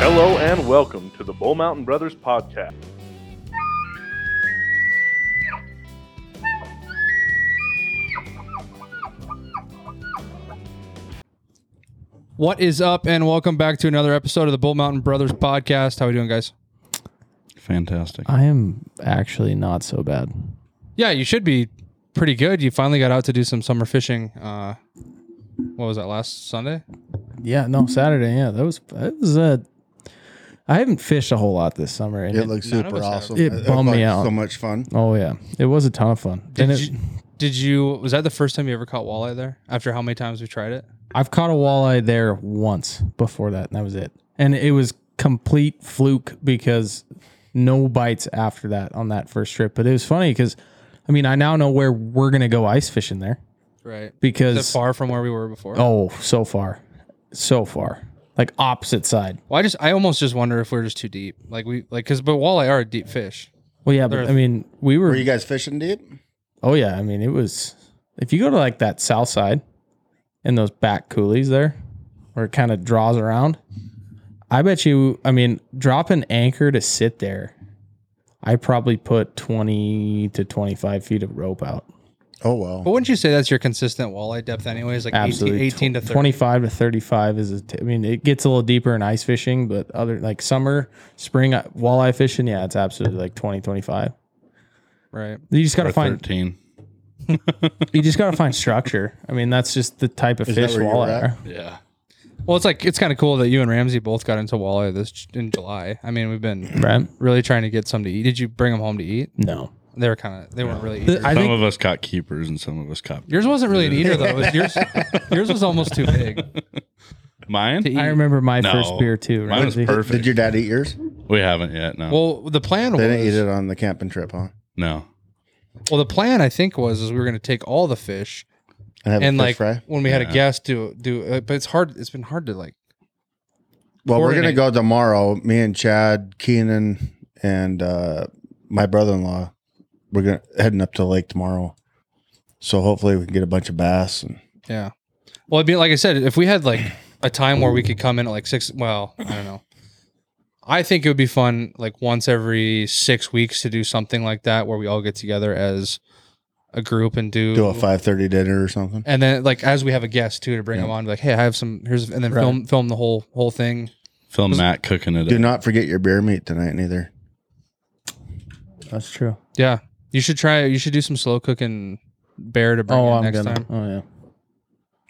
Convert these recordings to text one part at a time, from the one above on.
Hello and welcome to the Bull Mountain Brothers podcast. What is up, and welcome back to another episode of the Bull Mountain Brothers podcast. How we doing, guys? Fantastic. I am actually not so bad. Yeah, you should be pretty good. You finally got out to do some summer fishing. Uh, what was that last Sunday? Yeah, no, Saturday. Yeah, that was that was uh, I haven't fished a whole lot this summer. And It it, looks None of super us have. awesome. It bummed me looked out. So much fun. oh yeah, it was a ton of fun. Did and it, you, did you? Was that the first time you ever caught walleye there? After how many times we tried it? I've caught a walleye there once before that, and that was it. And it was complete fluke because no bites after that on that first trip. But it was funny because, I mean, I now know where we're gonna go ice fishing there Right. Is it because far from where we were before? oh, so far, so far, like opposite side. Well, I just, I almost just wonder if we're just too deep. Like we, like, cause but walleye are a deep fish. Well, yeah, but I mean, we Were you guys fishing deep? Oh yeah, I mean it was. If you go to like that south side, and those back coolies there, where it kind of draws around, I bet you. I mean, drop an anchor to sit there. I probably put twenty to twenty-five feet of rope out. Oh well. But wouldn't you say that's your consistent walleye depth, anyways? Like 18, Absolutely, 18 to 30. twenty-five to thirty-five is. A t- I mean, it gets a little deeper in ice fishing, but other like summer, spring uh, walleye fishing, yeah, it's absolutely like 20, 25. Right. You just gotta find. thirteen. You just gotta find structure. I mean, that's just the type of Is that fish where you were walleye at? are. Yeah, Well, it's like it's kind of cool that you and Ramsey both got into walleye this in July. I mean, we've been Right? really trying to get some to eat. Did you bring them home to eat? No. They were kind of they weren't really. The- Eaters. I some think- of us caught keepers and some of us caught yours wasn't really an eater though. It was yours yours was almost too big to mine. eat. I remember my No. first beer too. Mine was Ramsey. perfect. Did your dad eat yours? we haven't yet. No, Well, the plan They didn't eat was it on the camping trip, huh? no. well the plan I think was is we were going to take all the fish And have and a fish like fry. when we had a Yeah. guest do do uh, but it's hard it's been hard to like Well, we're gonna coordinate. go tomorrow. Me and Chad, Keenan, and uh, my brother-in-law. We're gonna heading up to the lake tomorrow. So hopefully we can get a bunch of bass. And yeah. Well, it'd be like I said if we had like a time where we could come in at like 6 well, I don't know. I think it would be fun like once every 6 weeks to do something like that where we all get together as a group and do do a five thirty dinner or something. and then like as we have a guest too to bring them on, be like, hey, I have some here's and then Right. film film the whole whole thing. Phil and Matt cooking it. Do up. not forget your beer meat tonight, neither. That's true. Yeah, you should try. You should do some slow cooking bear to bring Oh, in I'm next gonna. time. Oh yeah,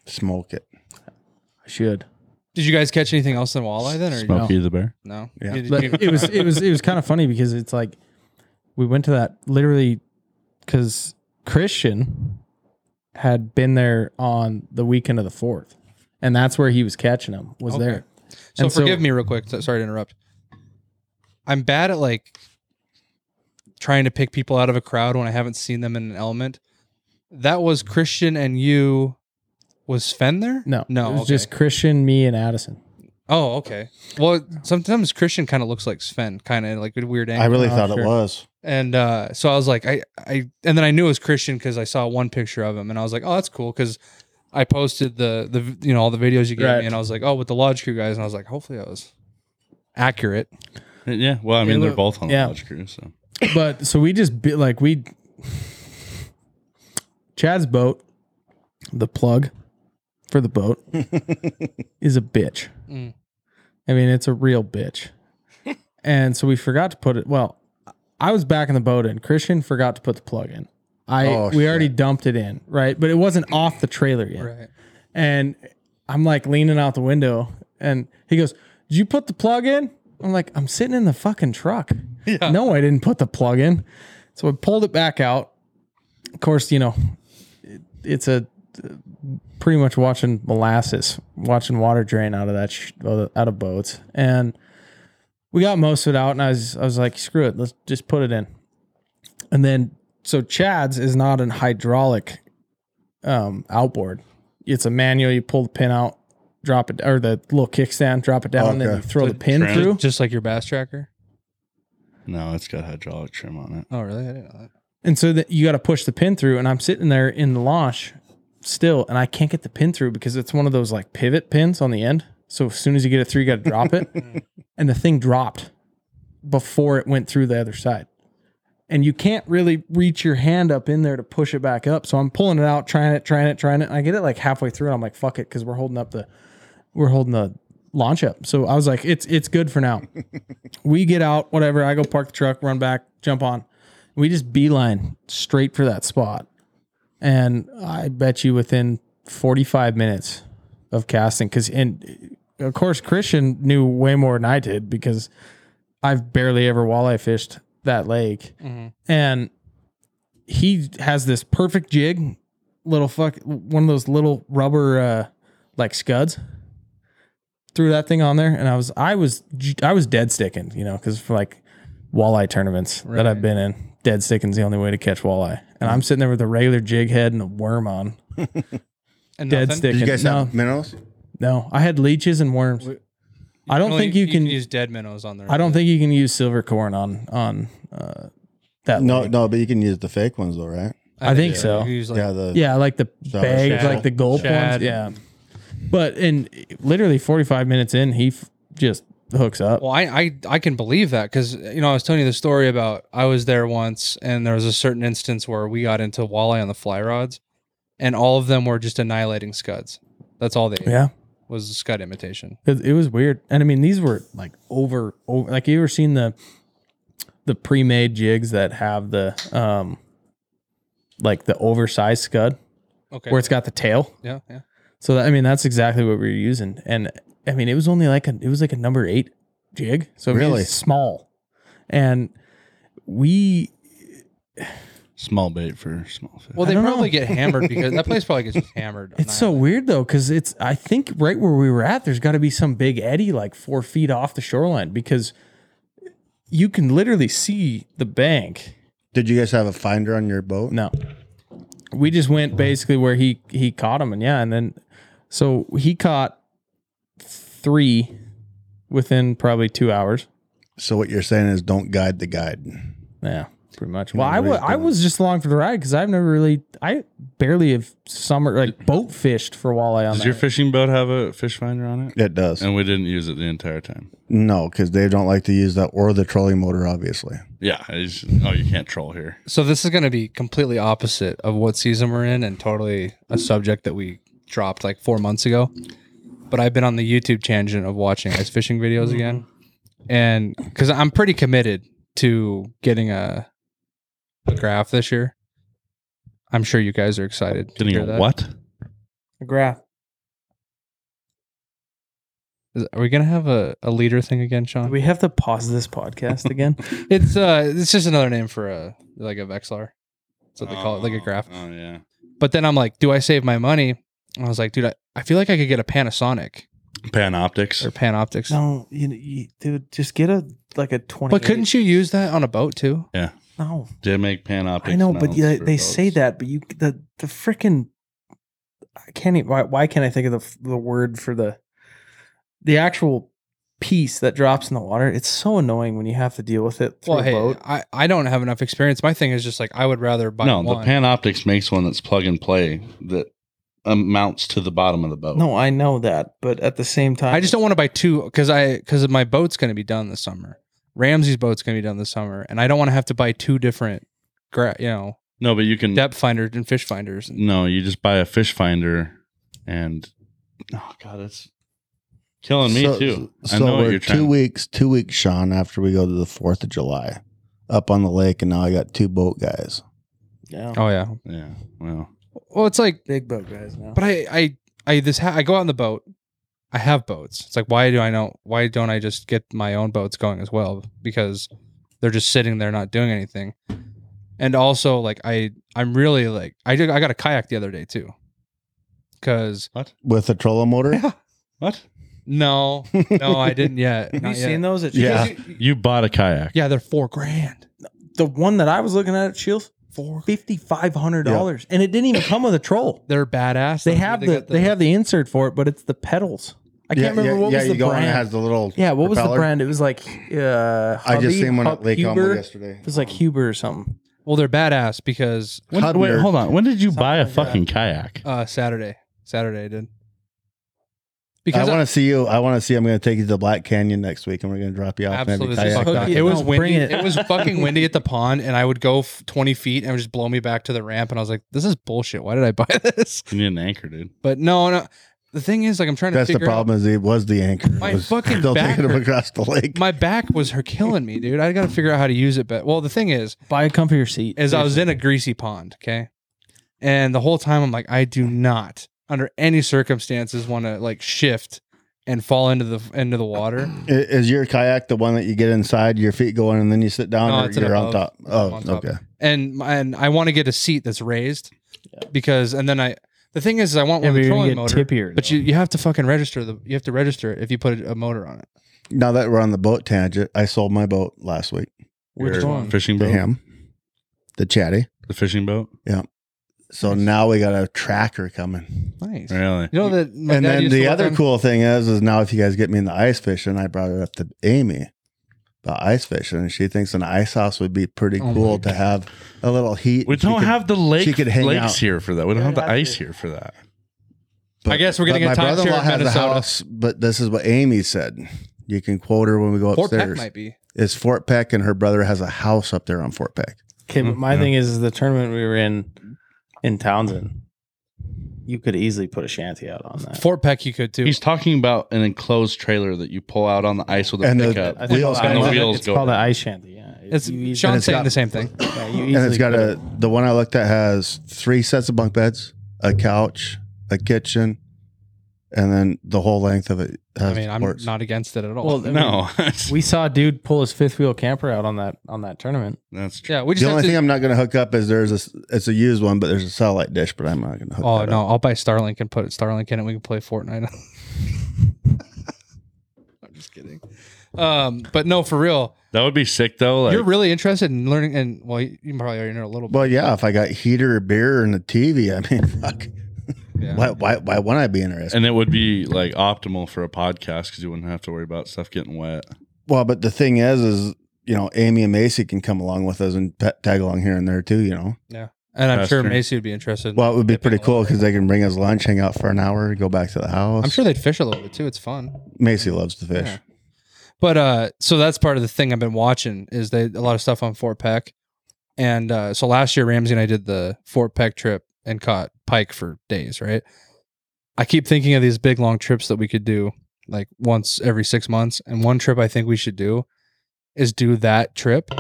Smoke it. I should. Did you guys catch anything else in walleye then? Or you- Smokey the Bear. no? Yeah. Did- But you- it was it was it was kind of funny because it's like we went to that literally because Christian had been there on the weekend of the fourth, and that's where he was catching them. Was Okay. there? so and so- forgive me real quick. so- Sorry to interrupt. I'm bad at like trying to pick people out of a crowd when I haven't seen them in an element. That was Christian and you. Was Sven there? No, no. It was okay. just Christian, me, and Addison. oh, okay. Well, sometimes Christian kind of looks like Sven, kind of like a weird angle. I really Oh, thought it sure. was. And uh, so I was like, I, I, and then I knew it was Christian because I saw one picture of him, and I was like, oh, that's cool because I posted the the you know all the videos you gave Right. me, and I was like, oh, with the Lodge Crew guys, and I was like, hopefully I was accurate. Yeah. Well, I mean, they're look- both on yeah. the Lodge Crew, so but so we just be, like we Chad's boat, the plug for the boat is a bitch. Mm. I mean, it's a real bitch. and so we forgot to put it. Well, I was back in the boat and Christian forgot to put the plug in. I Oh, we already dumped it in, right? But it wasn't off the trailer yet. Right. And I'm like leaning out the window and he goes, Did you put the plug in? I'm like, I'm sitting in the fucking truck. No, I didn't put the plug in. So I pulled it back out. Of course, you know, it, it's a pretty much watching molasses, watching water drain out of that sh- out of boats. And we got most of it out and I was I was like, screw it, let's just put it in. And then so Chad's is not an hydraulic um outboard it's a manual. You pull the pin out, drop it, or the little kickstand, drop it down, and then Okay. you throw Oh, the pin trend. through. Just like your bass tracker. no, it's got hydraulic trim on it. Oh, really? I didn't know that. And so that you got to push the pin through. And I'm sitting there in the launch still, and I can't get the pin through because it's one of those like pivot pins on the end. So as soon as you get a three, you got to drop it. and the thing dropped before it went through the other side. And you can't really reach your hand up in there to push it back up. So I'm pulling it out, trying it, trying it, trying it. And I get it like halfway through. And I'm like, fuck it, because we're holding up the we're holding the launch up. So I was like, it's it's good for now. we get out, whatever. I go park the truck, run back, jump on. We just beeline straight for that spot. And I bet you within 45 minutes of casting, because and of course Christian knew way more than I did because I've barely ever walleye fished that lake. And he has this perfect jig, little fuck one of those little rubber uh like scuds threw that thing on there, and I was I was I was dead sticking, you know, because for like walleye tournaments that I've been in, dead sticking's the only way to catch walleye. And I'm sitting there with a regular jig head and a worm on, And dead nothing? sticking. you guys no, have minnows? no, I had leeches and worms. I don't No, think you, can. Oh, use dead minnows on there. I don't think you can use silver corn on on uh, that. No, lake. no, but you can use the fake ones though, right? I think yeah, so. you use, like- yeah, the yeah, like the So- bag, Shad. like the gold Shad. ones. Yeah, but in literally 45 minutes in, he f- just hooks up. Well, I, I I can believe that because you know I was telling you the story about I was there once and there was a certain instance where we got into walleye on the fly rods, and all of them were just annihilating scuds. That's all they ate, Yeah. was the scud imitation. It, it was weird, and I mean, these were like over, over. Like you ever seen the the pre-made jigs that have the um, like the oversized scud Okay. where it's got the tail. yeah, yeah. So that, I mean, that's exactly what we were using, and I mean, it was only like a it was like a number eight jig, so it was Really? small, and we Small bait for small fish. Well, I they don't probably know. get hammered because that place probably gets just hammered. It's so weird though, because it's I think right where we were at, there's got to be some big eddy like four feet off the shoreline because you can literally see the bank. Did you guys have a finder on your boat? No, we just went basically where he he caught him, and yeah, and then so he caught three within probably two hours. So what you're saying is don't guide the guide. Yeah, pretty much. Yeah, Well, I what was he's I doing. was just along for the ride because I've never really I barely have summer like boat fished for walleye on Does uh, your that. fishing boat have a fish finder on it? It does. And we didn't use it the entire time. No, because they don't like to use that or the trolling motor, obviously. Yeah. It's, oh, you can't troll here. So this is going to be completely opposite of what season we're in, and totally a subject that we dropped like four months ago. But I've been on the YouTube tangent of watching ice fishing videos again, and because I'm pretty committed to getting a a graph this year. I'm sure you guys are excited. to Getting hear a that. what? A graph. Is- Are we gonna have a, a leader thing again, Sean? we have to pause this podcast again? it's uh, it's just another name for a like a Vexlar. That's what they call it, like a graph. Oh, yeah. But then I'm like, do I save my money? And I was like, dude, I, I feel like I could get a Panasonic Panoptics. or Panoptics. no, you, you dude, just get a like a twenty. But couldn't you use that on a boat too? No, Did make Panoptics. I know, but mounts yeah, for they say boats. that, but you the the freaking I can't even. Why, why can't I think of the f- the word for the the actual piece that drops in the water? It's so annoying when you have to deal with it through Well, a hey, boat. I, I don't have enough experience. My thing is just like I would rather buy No, one. the Panoptics makes one that's plug and play that amounts to the bottom of the boat. No, I know that, but at the same time, I just don't want to buy two because I because my boat's going to be done this summer. Ramsey's boat's going to be done this summer, and I don't want to have to buy two different, gra- you know, No, but you can. depth finders and fish finders. No, you just buy a fish finder, and oh god, it's killing Oh, me So- too. So I know we're what you're two trying. weeks, two weeks, Sean, after we go to the Fourth of July, up on the lake, and now I got two boat guys. Yeah, Oh yeah. yeah, well, Well, it's like, big boat guys now. but I I I this ha- I go out on the boat. I have boats. It's like why do I know why don't I just get my own boats going as well? Because they're just sitting there not doing anything. And also like I I'm really like I did, I got a kayak the other day too. Cuz With a trolling motor? what? no, no I didn't yet. have you Not seen yet. those? At Yeah. Shields? You bought a kayak? Yeah, they're 4 grand. the one that I was looking at at Shields, 4 fifty five hundred dollars, and it didn't even come with a troll. They're badass. They have the, got they have the insert for it, but it's the pedals. I can't remember what was the you go brand. and it has the little. yeah, what was the propeller. brand? It was like uh, I just Hubby, seen one at Hub- Lake Elmo Huber. yesterday. It was like Huber or something. Well, they're badass because When, wait, Hubner. hold on. When did you buy a Something like fucking kayak? uh Saturday. Saturday I did. Because I I- want to see you. I want to see. I'm going to take you to the Black Canyon next week, and we're going to drop you off. Absolutely. In every It's kayak fucking- dock. it was No, bring windy. It. it. was fucking windy at the pond, and I would go f- 20 feet and it would just blow me back to the ramp. And I was like, this is bullshit. Why did I buy this? You need an anchor, dude. But no, no. The thing is, like, I'm trying to That's the figure out- problem. Is it was the anchor. It My was fucking still back taking him hurt. across the lake. my back was her killing me, dude. I got to figure out how to use it. But well, the thing is, Buy a comfier seat. is I was in a greasy pond, okay, and the whole time I'm like, I do not, under any circumstances, want to like shift and fall into the into the water. I- is your kayak the one that you get inside? Your feet going, and then you sit down, No, or it's an you're on above. top. I'm Oh, on top. okay. and and I want to get a seat that's raised because and then I the thing is, is I want Yeah, but one with a you're gonna trolling get motor, tippier. but you, you have to fucking register the you have to register it if you put a motor on it. Now that we're on the boat tangent, I sold my boat last week. Which Your one? Fishing The boat. ham, the chatty. The fishing boat. So now we got a tracker coming. Nice. Really? You know that. my and dad then used to the work other on- cool thing is, is now if you guys get me in the ice fishing, I brought it up to Amy about ice fishing, and she thinks an ice house would be pretty Oh my cool to have a little heat. We and she don't could- have the lake. she could hang lakes out. here for that. We don't Yeah, have the that's ice it. here for that. I guess we're but gonna get my a timeshare brother-in-law in has a Minnesota. house, but this is what Amy said. You can quote her when we go Fort Peck upstairs. might be. It's Fort Peck, and her brother has a house up there on Fort Peck. Okay, but my Yeah. thing is, is the tournament we were in in Townsend. You could easily put a shanty out on that. Fort Peck, you could too. He's talking about an enclosed trailer that you pull out on the ice with a And the- pickup. I think Wheels it's and the called- wheels it's go called up. an ice shanty. Yeah, It's You easily- Sean's it's saying got- the same thing. yeah, you and easily it's got could- a the one I looked at has three sets of bunk beds, a couch, a kitchen, and then the whole length of it. Has I mean, I'm ports. not against it at all. Well, I mean, No, We saw a dude pull his fifth wheel camper out on that on that tournament. that's true. yeah, we just The have only to. thing I'm not going to hook up is there's a s- it's a used one, but there's a satellite dish, but I'm not going to hook. oh that no, up. I'll buy Starlink and put Starlink in it. We can play Fortnite. I'm just kidding. Um, but no, for real, That would be sick though. Like, you're really interested in learning. And well, you, you probably already know a little bit. Well, yeah, if I got heater, beer, and a TV, I mean, fuck, Yeah. why, why, why wouldn't I be interested? and it would be like optimal for a podcast because you wouldn't have to worry about stuff getting wet. well, but the thing is, is you know, Amy and Macy can come along with us and pet, tag along here and there too. You know, And I'm That's sure true. Macy would be interested. in well, it would be dipping pretty a little cool because bit. they can bring us lunch, hang out for an hour, go back to the house. I'm sure they'd fish a little bit too. It's fun. Macy loves to fish. Yeah. But uh, so that's part of the thing I've been watching is they a lot of stuff on Fort Peck, and uh, so last year Ramsey and I did the Fort Peck trip and caught pike for days. Right. I keep thinking of these big long trips that we could do like once every six months, and one trip I think we should do is do that trip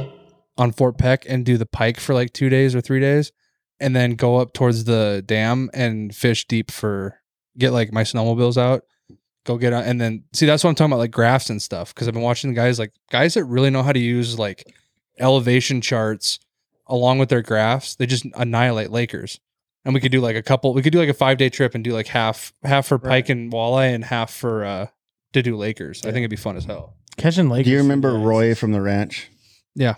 on Fort Peck and do the pike for like two days or three days, and then go up towards the dam and fish deep for get like my snowmobiles out go get on and then see that's what i'm talking about like graphs and stuff because i've been watching the guys like guys that really know how to use like elevation charts along with their graphs they just annihilate lakers and we could do like a couple we could do like a five day trip and do like half half for pike and walleye and half for uh to do lakers i think it'd be fun as hell Catching lake. Do you remember Roy from the ranch? Yeah.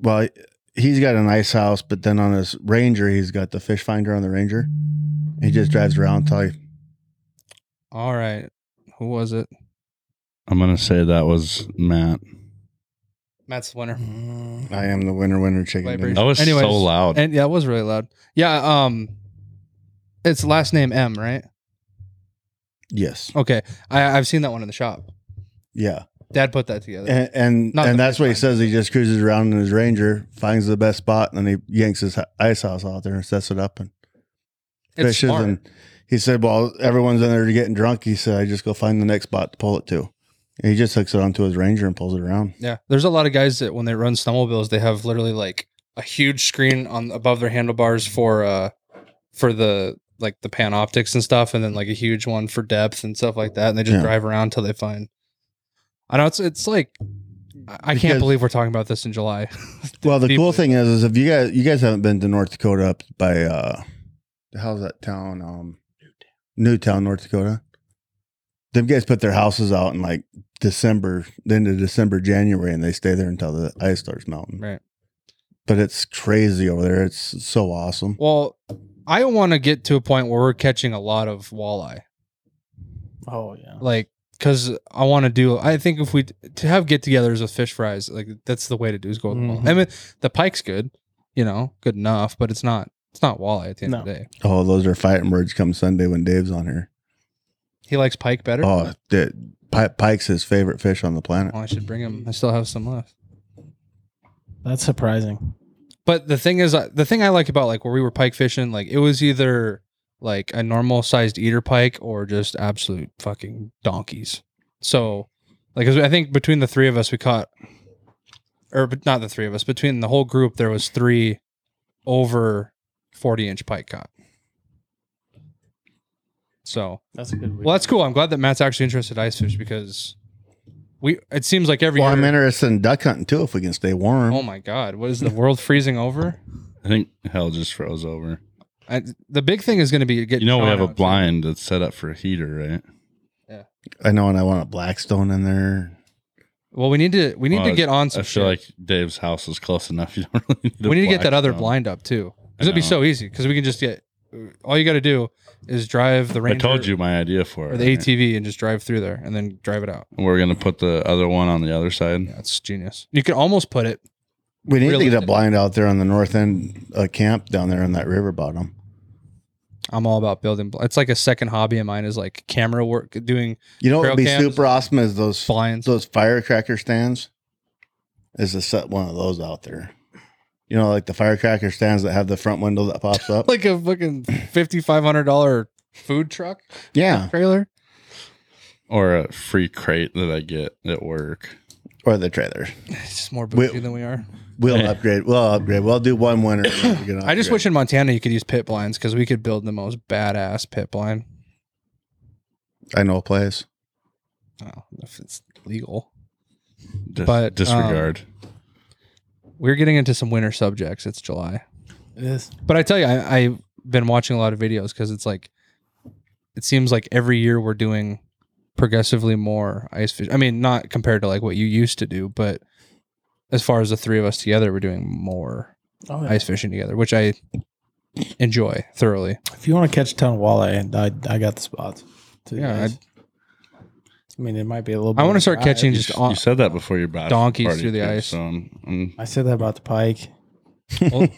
Well, he's got an ice house, but then on his Ranger, he's got the fish finder on the Ranger. He just drives around till he, all right who was it I'm gonna say that was Matt. matt's the winner I am the winner, winner chicken. Mm. Vibration. That was Anyways, so loud. and yeah it was really loud yeah um it's last name m right Yes. okay i i've seen that one in the shop Yeah. dad put that together And and, Not and the that's fish what he finder. says. He just cruises around in his Ranger, finds the best spot, and then he yanks his hi- ice house out there and sets it up and it's fishes. smart. And he said, "Well, everyone's in there getting drunk." He said, "I just go find the next spot to pull it to." And he just hooks it onto his Ranger and pulls it around. Yeah, there's a lot of guys that when they run snowmobiles, they have literally like a huge screen on above their handlebars for uh for the like the panoptics and stuff, and then like a huge one for depth and stuff like that, and they just Yeah. drive around till they find. I know it's it's like I I Because- can't believe we're talking about this in July. Well, the cool deeply. thing is, is if you guys you guys haven't been to North Dakota up by uh, how's that town? Um, Newtown, North Dakota. Them guys put their houses out in like December, the end of December, January, and they stay there until the ice starts melting. Right. But it's crazy over there. It's so awesome. Well, I want to get to a point where we're catching a lot of walleye. Oh yeah. like because I want to do. I think if we to have get-togethers with fish fries, like that's the way to do is go. With walleye. I mean, the pike's good, you know, good enough, but it's not. It's not walleye at the end of the day. Oh, those are fighting words come Sunday when Dave's on here. He likes pike better. Oh. Oh, the, pi- pike's his favorite fish on the planet. I should bring him. I still have some left. That's surprising. But the thing is, uh, the thing I like about like where we were pike fishing, like it was either like a normal sized eater pike or just absolute fucking donkeys. So, like, 'cause I think between the three of us, we caught, or but not the three of us, between the whole group, there was three over 40 inch pike caught. So, That's a good. well, that's cool. I'm glad that Matt's actually interested in ice fish because we, it seems like every Well, I'm year, interested in duck hunting too if we can stay warm. oh my God, what is the world freezing over? I think hell just froze over. I, the big thing is going to be getting. You know, we thrown have a out, too. blind that's set up for a heater, right? I know, and I want a blackstone in there. Well, we need to we need Well, to get on some. I feel shit. like Dave's house is close enough. You don't really need we need to get that other blackstone. blind up too, I because it'd be know. so easy. Because we can just get all you got to do is drive the I Ranger. told you my idea for it. Or the right? ATV and just drive through there and then drive it out. We're gonna put the other one on the other side. Yeah, it's genius. You can almost put it. We need to get Realistic. a blind out there on the north end uh, camp down there on that river bottom. I'm all about building. bl- It's like a second hobby of mine is like camera work, doing You know what Trail would be cams. super awesome is those blinds. those firecracker stands. Is to set one of those out there. You know, like the firecracker stands that have the front window that pops up. like a fucking fifty five hundred dollar food truck yeah, trailer. Or a free crate that I get at work. or the trailer. It's just more We- bougie than we are. We'll upgrade. We'll upgrade. We'll do one winter. I just wish in Montana you could use pit blinds because we could build the most badass pit blind. I know a place. Oh, if it's legal. Dis- But, um, disregard. We're getting into some winter subjects. It's July. It is. But I tell you, I, I've been watching a lot of videos because it's like, it seems like every year we're doing progressively more ice fish. I mean, not compared to like what you used to do, but as far as the three of us together, we're doing more Oh, yeah. ice fishing together, which I enjoy thoroughly. If you want to catch a ton of walleye, I, I got the spots. to the Yeah, ice. I mean, it might be a little. bit I want of a to start drive. catching You, just s- on, you said that before your bad donkeys through the ice. So um, I'm, I'm- I said that about the pike. Well,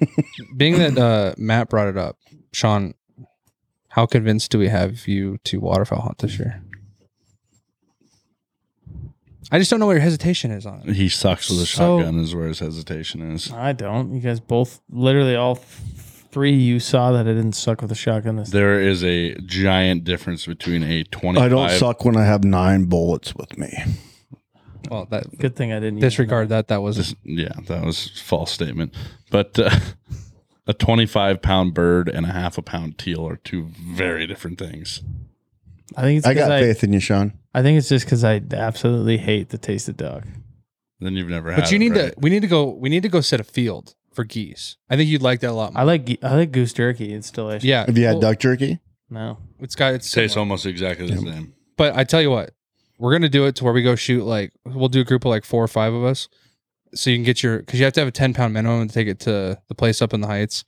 being that uh, Matt brought it up, Sean, how convinced do we have you to waterfowl hunt this year? I just don't know what your hesitation is on it. he sucks with a So- shotgun is where his hesitation is. I don't. You guys both, literally all f- three, you saw that I didn't suck with a shotgun. This There is a giant difference between a twenty. I don't suck when I have nine bullets with me. Well, that good thing I didn't use disregard that. That was This, yeah, that was a false statement. But uh, a twenty-five pound bird and a half a pound teal are two very different things. it. I think it's I got 'cause I, faith in you, Sean. I think it's just because I absolutely hate the taste of duck. Then you've never had. but you it, need right? to. We need to go. We need to go set a field for geese. I think you'd like that a lot. I More. like ge- I like goose jerky. It's delicious. yeah. Have you had well, duck jerky? No. It's got its tastes almost exactly the same. But I tell you what, we're gonna do it to where we go shoot like we'll do a group of like four or five of us, so you can get your because you have to have a ten pound minimum to take it to the place up in the heights,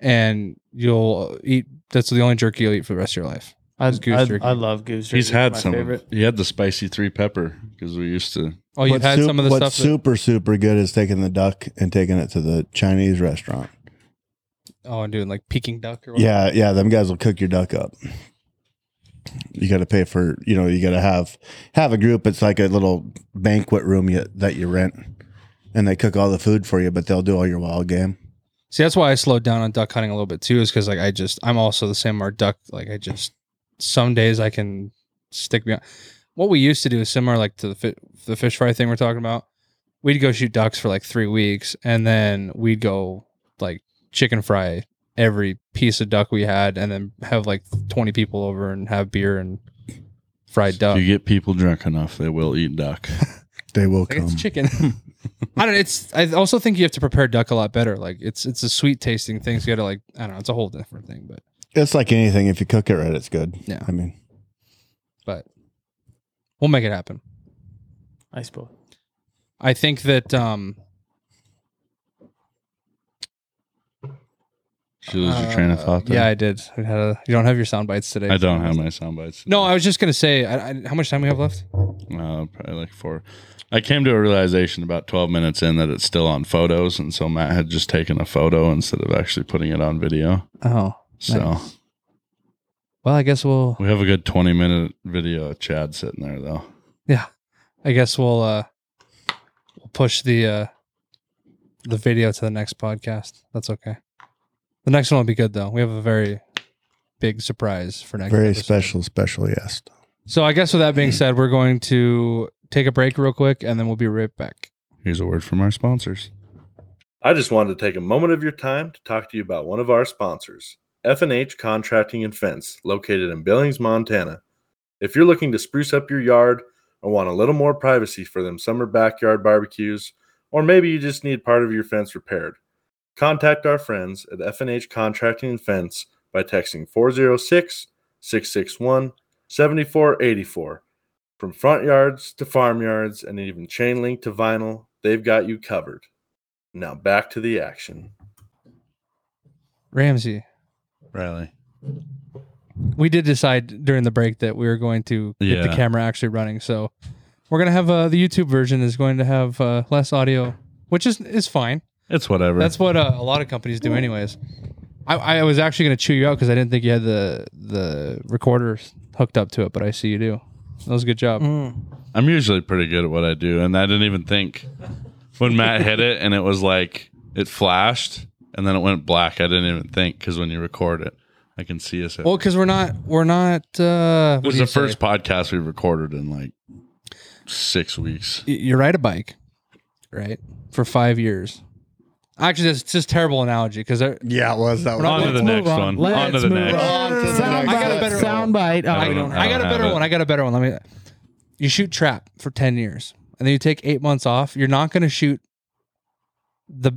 and you'll eat. That's the only jerky you'll eat for the rest of your life. I, It's goose I, jerky. I love goose jerky. He's It's had my some. of- favorite. He had the spicy three pepper because we used to. Oh, you've What's had sup- some of the stuff. What's super super good is taking the duck and taking it to the Chinese restaurant. that, oh, I'm doing like Peking duck or whatever. Yeah, yeah, them guys will cook your duck up. You got to pay for, you know, you got to have have a group. It's like a little banquet room you, that you rent, and they cook all the food for you, but they'll do all your wild game. See, that's why I slowed down on duck hunting a little bit too, is because like I just I'm also the same where duck like I just some days I can stick beyond. What we used to do is similar like to the fi- the fish fry thing we're talking about. We'd go shoot ducks for like three weeks, and then we'd go like chicken fry every piece of duck we had, and then have like twenty people over and have beer and fried duck. If you get people drunk enough, they will eat duck. They will Like, come. Um, it's chicken. I don't. It's. I also think you have to prepare duck a lot better. Like it's. It's a sweet tasting thing. So you got to like. I don't know. It's a whole different thing. But It's like anything. If you cook it right, it's good. Yeah. I mean, but we'll make it happen. I suppose. I think that um Did you lose your train of uh, thought? There? Yeah, I did. I had a, you don't have your sound bites today. I don't have my sound bites. No, I was just gonna say. I, I, how much time we have left? uh, probably like four. I came to a realization about 12 minutes in that it's still on photos, and so Matt had just taken a photo instead of actually putting it on video. Oh, So Well, I guess we'll We have a good 20 minute video of Chad sitting there, though. I guess we'll uh we'll push the uh the video to the next podcast. That's okay. The next one will be good though. We have a very big surprise for next Very episode. special, special guest. So I guess with that being said, we're going to take a break real quick and then we'll be right back. Here's a word from our sponsors. I just wanted to take a moment of your time to talk to you about one of our sponsors, F&H Contracting and Fence, located in Billings, Montana. If you're looking to spruce up your yard or want a little more privacy for them summer backyard barbecues, or maybe you just need part of your fence repaired, contact our friends at F&H Contracting and Fence by texting 406-661-7484. From front yards to farm yards and even chain link to vinyl, they've got you covered. Now back to the action. Ramsey, Riley. we did decide during the break that we were going to get the Yeah. camera actually running. So we're gonna have uh, the YouTube version is going to have uh, less audio, which is is fine. It's whatever. That's what uh, a lot of companies do, anyways. I, I was actually going to chew you out because I didn't think you had the the recorders hooked up to it, but I see you do. That was a good job. Mm. I'm usually pretty good at what I do, and I didn't even think when Matt hit it and it was like it flashed and then it went black. I didn't even think because when you record it, I can see us. Well, because we're not we're not. Uh, what it was do you the first say? podcast we recorded in like six weeks. Y- You ride a bike, right, for five years. Actually, that's just terrible analogy because I, Yeah, it was. That We're not On to let's the next one. On to the next. Soundbite. I got a better soundbite. Oh, I we don't don't know. have- I got a have better it. one. I got a better one. Let me. You shoot trap for ten years, and then you take eight months off. You're not going to shoot the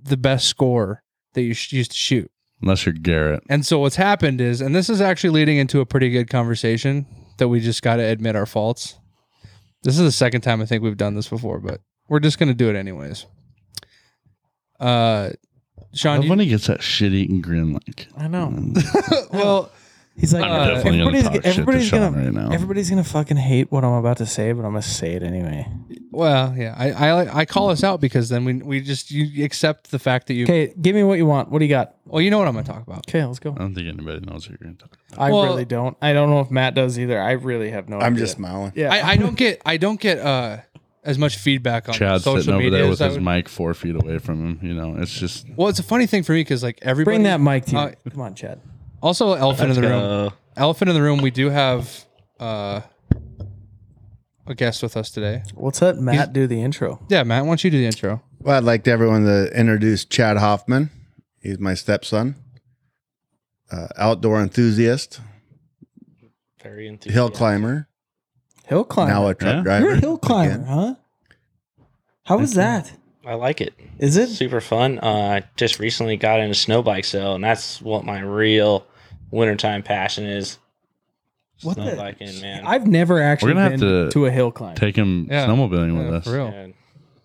the best score that you sh- used to shoot. Unless you're Garrett. And so what's happened is, and this is actually leading into a pretty good conversation that we just got to admit our faults. This is the second time I think we've done this before, but we're just going to do it anyways. Uh, I Sean, love you, when he gets that shit eating grin. Like, I know. Mm. well, He's like, I'm Uh, definitely going to everybody's- talk shit to everybody's Sean gonna- right now. everybody's gonna fucking hate what I'm about to say, but I'm gonna say it anyway. well, yeah, I, I, I call us out because then we, we just, you accept the fact that you, Okay, give me what you want. What do you got? well, you know what I'm going to talk about. Okay, let's go. I don't think anybody knows what you're going to talk about. I Well- really don't. I don't know if Matt does either. I really have no. I'm idea. just smiling. Yeah. I, I don't get, I don't get, uh, as much feedback on Chad's sitting social over media. there as with I his would- mic four feet away from him. You know, it's just well, it's a funny thing for me because like everybody, Bring that mic to you. Uh, Come on, Chad. also elephant in the room. elephant in the room we do have uh a guest with us today Let's let Matt do the intro. yeah matt why don't you do the intro Well, I'd like to everyone to introduce Chad Hoffman. He's my stepson, uh, outdoor enthusiast, Very enthusiastic. hill climber, Hill climber. now a truck Yeah. driver. You're a hill climber, Again. huh? How was that? I like it. Is It's it? super fun. Uh, I just recently got in a snow bike sale, and that's what my real wintertime passion is. What snow the- biking, man. I've never actually gonna have been to- to, a hill climb. take him Yeah. snowmobiling with Yeah, us. for real Yeah.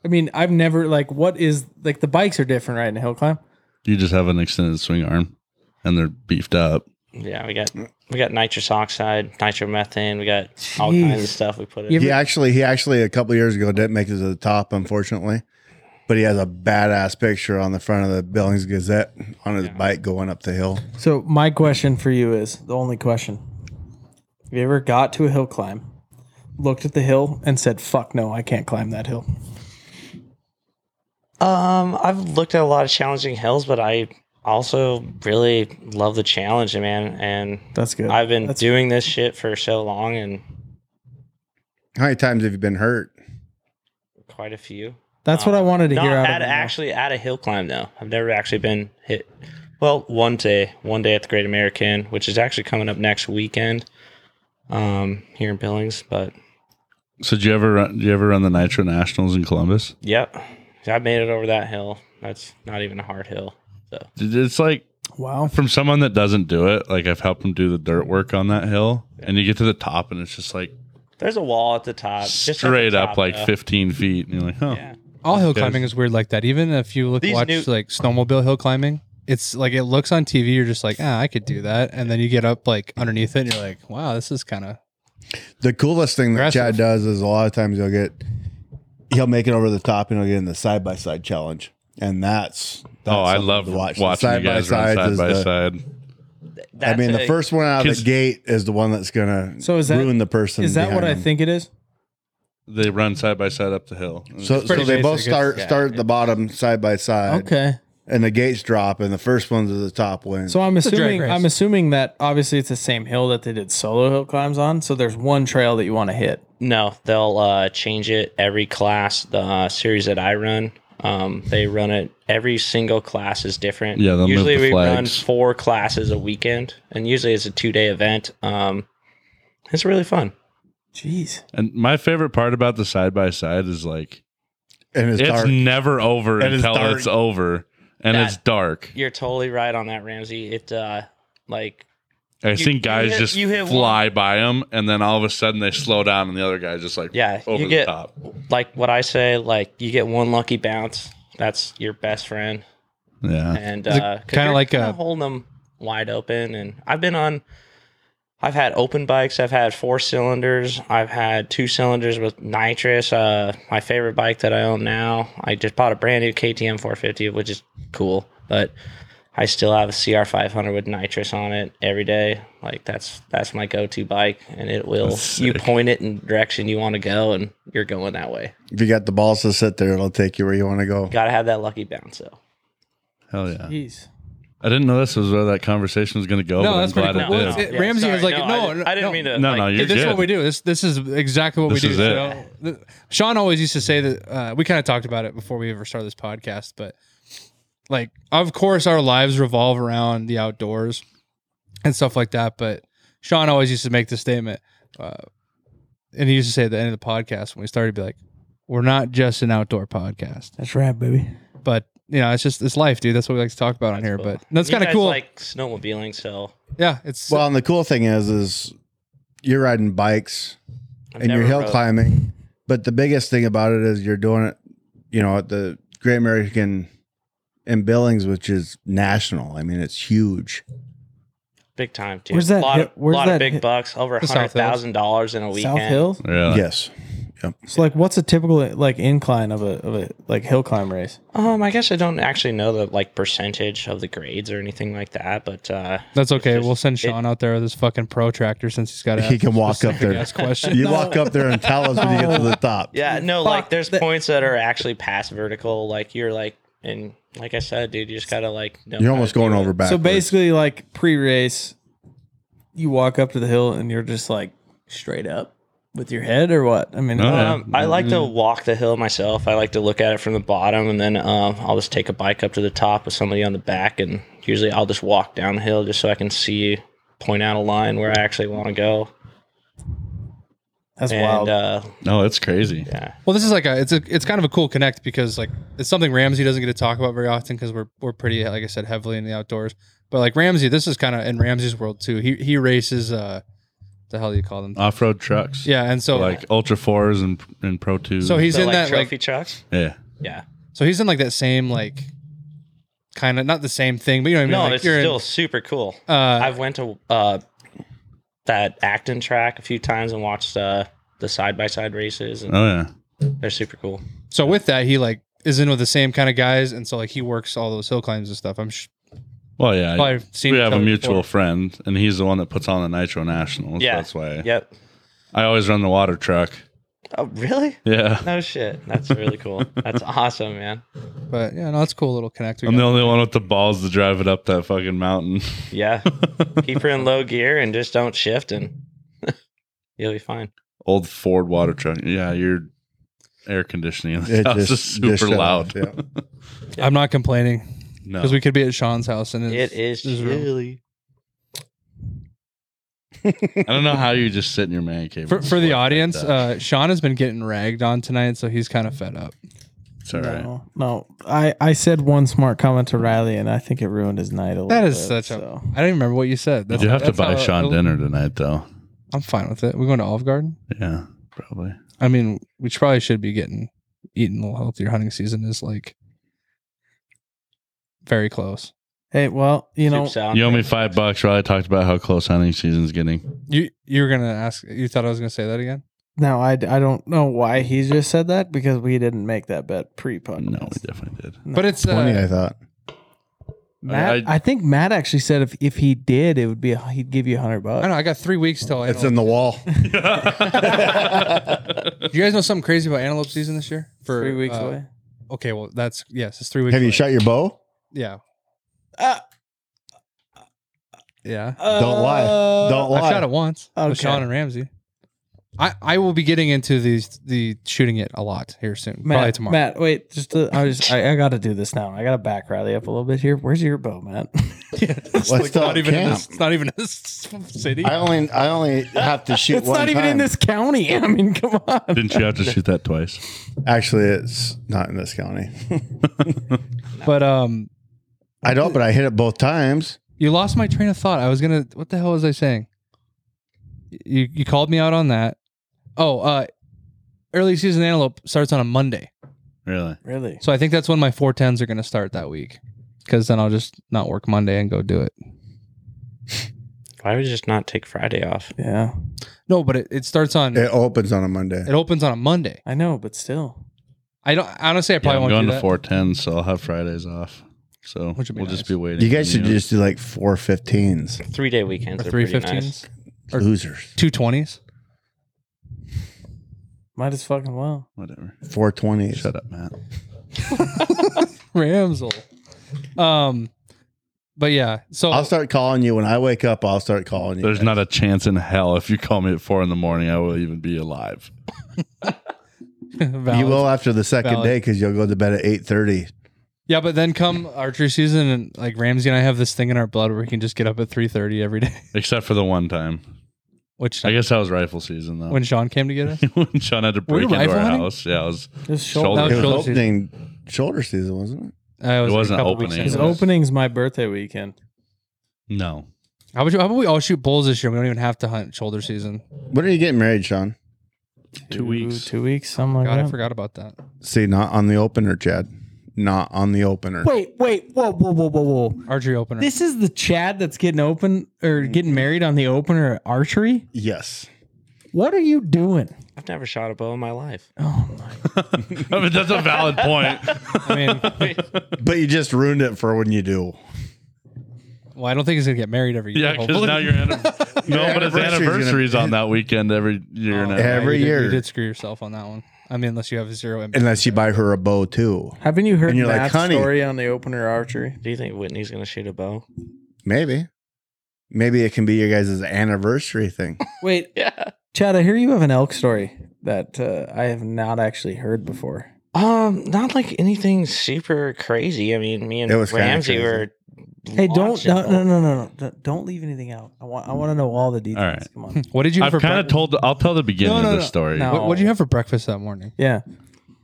I mean, I've never like what is like the bikes are different, right? In a hill climb. You just have an extended swing arm, and they're beefed up. yeah, we got we got nitrous oxide, nitromethane. We got all kinds Jeez. of stuff we put in. You He actually, he actually, a couple years ago didn't make it to the top, unfortunately, but he has a badass picture on the front of the Billings Gazette on his Yeah. bike going up the hill. So my question for you is the only question: Have you ever got to a hill climb, looked at the hill, and said, "Fuck no, I can't climb that hill"? Um, I've looked at a lot of challenging hills, but I also really love the challenge, man. And That's good. I've been That's- doing this shit for so long, and How many times have you been hurt? quite a few. That's what I wanted to Um, Not hear out at of him. actually at a hill climb though. I've never actually been hit. Well, one day, one day at the Great American, which is actually coming up next weekend, um, here in Billings. But So, did you ever run, did you ever run the Nitro Nationals in Columbus? yep, I made it over that hill. That's not even a hard hill. So It's like Wow. from someone that doesn't do it. Like I've helped him do the dirt work on that hill, and you get to the top, and it's just like there's a wall at the top, just at the straight up top, like though. 15 feet, and you're like, huh? Yeah. all hill Because- climbing is weird like that even if you look These watch new- like snowmobile hill climbing it's like it looks on tv you're just like ah i could do that and then you get up like underneath it and you're like wow this is kind of The coolest thing that Aggressive. Chad does is a lot of times he'll get, he'll make it over the top and he'll get in the side by side challenge, and that's, that's Oh, I something love to watch The watching you guys run side-by-sides side is by the- side. I mean, the a- first one out of the 'cause- gate is the one that's gonna So is that- ruin the person. Is that behind what I them. think it is? They run side by side up the hill. So, so pretty they both basic. It's- start yeah, start at the bottom side by side, Okay. and the gates drop, and the first one to the top wins. So I'm a drag assuming race. I'm assuming that obviously it's the same hill that they did solo hill climbs on. So there's one trail that you want to hit. No, they'll uh, change it every class. The uh, series that I run, um, they run it. Every single class is different. Yeah, they'll move usually the we run flags. four classes a weekend, and usually it's a two-day event. Um, it's really fun. Jeez. And my favorite part about the side by side is like and it's, it's, dark. never over And it's until dark. it's over, and That- it's dark. You're totally right on that, Ramsey. It uh, like I've you- seen you guys hit- just you hit fly by 'em by them, and then all of a sudden they slow down, and the other guy just like Yeah, over the you get- top. like what I say. Like you get one lucky bounce. That's your best friend. Yeah, and Is it uh, kinda like a- kind of holding them wide open. And I've been on, I've had open bikes, I've had four cylinders, I've had two cylinders with nitrous. Uh, my favorite bike that I own now, I just bought a brand new KTM 450, which is cool, but I still have a CR500 with nitrous on it every day. Like that's that's my go-to bike, and it will That's you sick. point it in the direction you want to go, and you're going that way. if you got the balls to sit there, it'll take you where you want to go. Got to have that lucky bounce though. hell yeah. Jeez. I didn't know this was where that conversation was going to go. No, but that's I'm glad pretty cool. it Well, did. it- Ramsey sorry. was like, I no, didn't- no, I didn't no. mean to. No, like, no, you're this is good. what we do. This this is exactly what This we do. is it. So, the- Sean always used to say that uh, we kind of talked about it before we ever started this podcast, but like, of course, our lives revolve around the outdoors and stuff like that. But Sean always used to make the statement, uh, and he used to say at the end of the podcast when we started, be like, "We're not just an outdoor podcast, That's right, baby. but." You know, it's just it's life, dude. That's what we like to talk about on here. But that's You kind of guys cool. Like snowmobiling, so yeah, it's Well, and the cool thing is, is you're riding bikes I've and you're never hill rode- climbing, but the biggest thing about it is you're doing it, you know, at the Great American in Billings, which is national. I mean, it's huge. big time too. Where's that A lot, hit- of, where's lot that of big hit- bucks, over a The hundred South Hills? thousand dollars in a weekend. South Hills. Really? Yes. So like, what's a typical like incline of a of a like hill climb race? Um, I guess I don't actually know the like percentage of the grades or anything like that, but uh, That's okay. just- we'll send it- Sean out there with his fucking protractor since he's got to He can walk up there. Ask question. You walk up there and tell us when you get to the top. yeah, no, Fuck like there's that- points that are actually past vertical. Like you're like, and like I said, dude, you just gotta like. Know You're how to almost do going it. over backwards. So basically, like pre race, you walk up to the hill and you're just like straight up with your head or what? I mean, Oh, yeah. Um, I like to walk the hill myself. I like to look at it from the bottom, and then um, I'll just take a bike up to the top with somebody on the back, and usually I'll just walk down the hill just so I can see, point out a line where I actually want to go, that's and wild. uh, No, it's crazy. yeah, Well, this is like a it's a it's kind of a cool connect because like it's something Ramsey doesn't get to talk about very often because we're we're pretty like I said heavily in the outdoors. But like Ramsey, this is kind of in Ramsey's world too. He he races uh, the hell do you call them? Off road trucks. Yeah, and so like Ultra Fours and and Pro Twos. so he's So, in like that trophy like trucks. yeah. Yeah, so he's in like that same like kind of not the same thing, but you know what I mean? no, like, it's you're in, still super cool. uh, I've went to uh, that Acton track a few times and watched uh, the side by side races, and Oh yeah. they're super cool. So with that, he like is in with the same kind of guys, and so like he works all those hill climbs and stuff. I'm sh- Well yeah. probably Oh, seen. we each have a other mutual before. friend, and he's the one that puts on the Nitro Nationals. Yeah. That's why Yep. I always run the water truck. Oh, really? Yeah. No shit. That's really cool. That's awesome, man. But yeah, no, that's a cool little connect. we I'm got. the only one with the balls to drive it up that fucking mountain. Yeah. Keep her in low gear and just don't shift and you'll be fine. Old Ford water truck. Yeah, your air conditioning in the It house just- is super just shut loud. off, yeah. I'm not complaining no. because we could be at Sean's house and It it's, is his room. chilly. I don't know how you just sit in your man cave. For, and for the sweat like audience, that. uh, Sean has been getting ragged on tonight, so he's kind of fed up. it's all right. No, no. I, I said one smart comment to Riley, and I think it ruined his night a little. That is bit, such a. so. I don't even remember what you said. You do have to that's buy how- Sean it'll- dinner tonight, though. I'm fine with it. We're going to Olive Garden. Yeah, probably. I mean, we probably should be getting eating a little healthier. Hunting season is like very close. Hey, well, you know, Soup salad. You owe me five bucks. Riley talked about how close hunting season's getting. You you were gonna ask. You thought I was gonna say that again? now I, I don't know why he just said that because we didn't make that bet pre podcast. No, we Oh, definitely did. No. But it's uh, Twenty, I thought. Matt, I- I, think Matt actually said if, if he did, it would be a, he'd give you a hundred I don't bucks. know. I got three weeks till It's antelope. in the wall. Do you guys know something crazy about antelope season this year? For Three weeks uh, away. Okay, well that's yes, it's three weeks. Have you away. shot your bow? Yeah. Uh, yeah. Don't lie. Uh, Uh, Don't I lie. shot it once with Okay. Sean and Ramsey. I, I will be getting into these the shooting it a lot here soon. Matt, Probably tomorrow. Matt, wait, just to, I just I, I got to do this now. I got to back Riley up a little bit here. Where's your bow, Matt? it's, Let's not talk even in camp. this, it's not even in this city. I only I only have to shoot it's one not even in time. this county. I mean, come on. Didn't you have to shoot that twice? Actually, it's not in this county. but um I don't, but I hit it both times. you lost my train of thought. I was gonna what the hell was I saying? You you called me out on that. Oh, uh early season antelope starts on a Monday. Really? Really? So I think that's when my 410s are going to start that week because then I'll just not work Monday and go do it. Why would you just not take Friday off? Yeah, No, but it, it starts on, It opens on a Monday. it opens on a Monday. I know, but still, I don't, honestly, I Yeah, probably I'm won't going do to that. four ten, so I'll have Fridays off. So Which would be we'll nice. just be waiting. You guys on should just do like four fifteens. Three day weekends Or are 315s, pretty nice. Or- Losers. 220s. might as fucking well. whatever. Four twenties. Shut up, Matt. Ramsel. Um, but yeah, so I'll start calling you when I wake up. I'll start calling you. There's not a chance in hell if you call me at four in the morning, I will even be alive. valid. You will after the second Valid. day because you'll go to bed at eight thirty. Yeah, but then come archery season and like Ramsey and I have this thing in our blood where we can just get up at 3.30 every day, Except for the one time. which I guess that was rifle season though. when Sean came to get us. when Sean had to Were you break into our rifle hunting? house. Yeah, it was Just Shoulder. Oh, shoulder. It was shoulder season. opening shoulder season, wasn't it? Uh, it, was It like, a wasn't couple weeks opening. in. His opening's my birthday weekend. no. How about, you, how about we all shoot bulls this year? We don't even have to hunt shoulder season. When are you getting married, Sean? Two weeks. Two weeks. Something like God, that. I forgot about that. See, not on the opener, Chad. Not on the opener. Wait, wait, whoa, whoa, whoa, whoa, whoa. Archery opener. This is the Chad that's getting open or getting married on the opener at archery. Yes. What are you doing? I've never shot a bow in my life. Oh my! I mean that's a valid point. I mean, But you just ruined it for when you do. well, I don't think he's gonna get married every year. Yeah, because hopefully. now you're anni- no, but his anniversary's gonna- anniversaries on that weekend every year Oh, now. yeah, Every you did- year. you did screw yourself on that one. I mean, unless you have zero. impact. Unless you buy her a bow too. Haven't you heard And you're like, Matt's "Honey." story on the opener archery? Do you think Whitney's going to shoot a bow? Maybe. Maybe it can be your guys' anniversary thing. Wait, Yeah. Chad, I hear you have an elk story that uh, I have not actually heard before. Um, not like anything super crazy. I mean, me and It was kinda Ramsey crazy. were. Hey, don't launching no, bow. no no no no don't- don't leave anything out. I want I want to know all the details. All right. Come on. What did you? have for I've kind of breakfast? told. I'll tell the beginning No, no, of the no. story. No. What, what did you have for breakfast that morning? Yeah.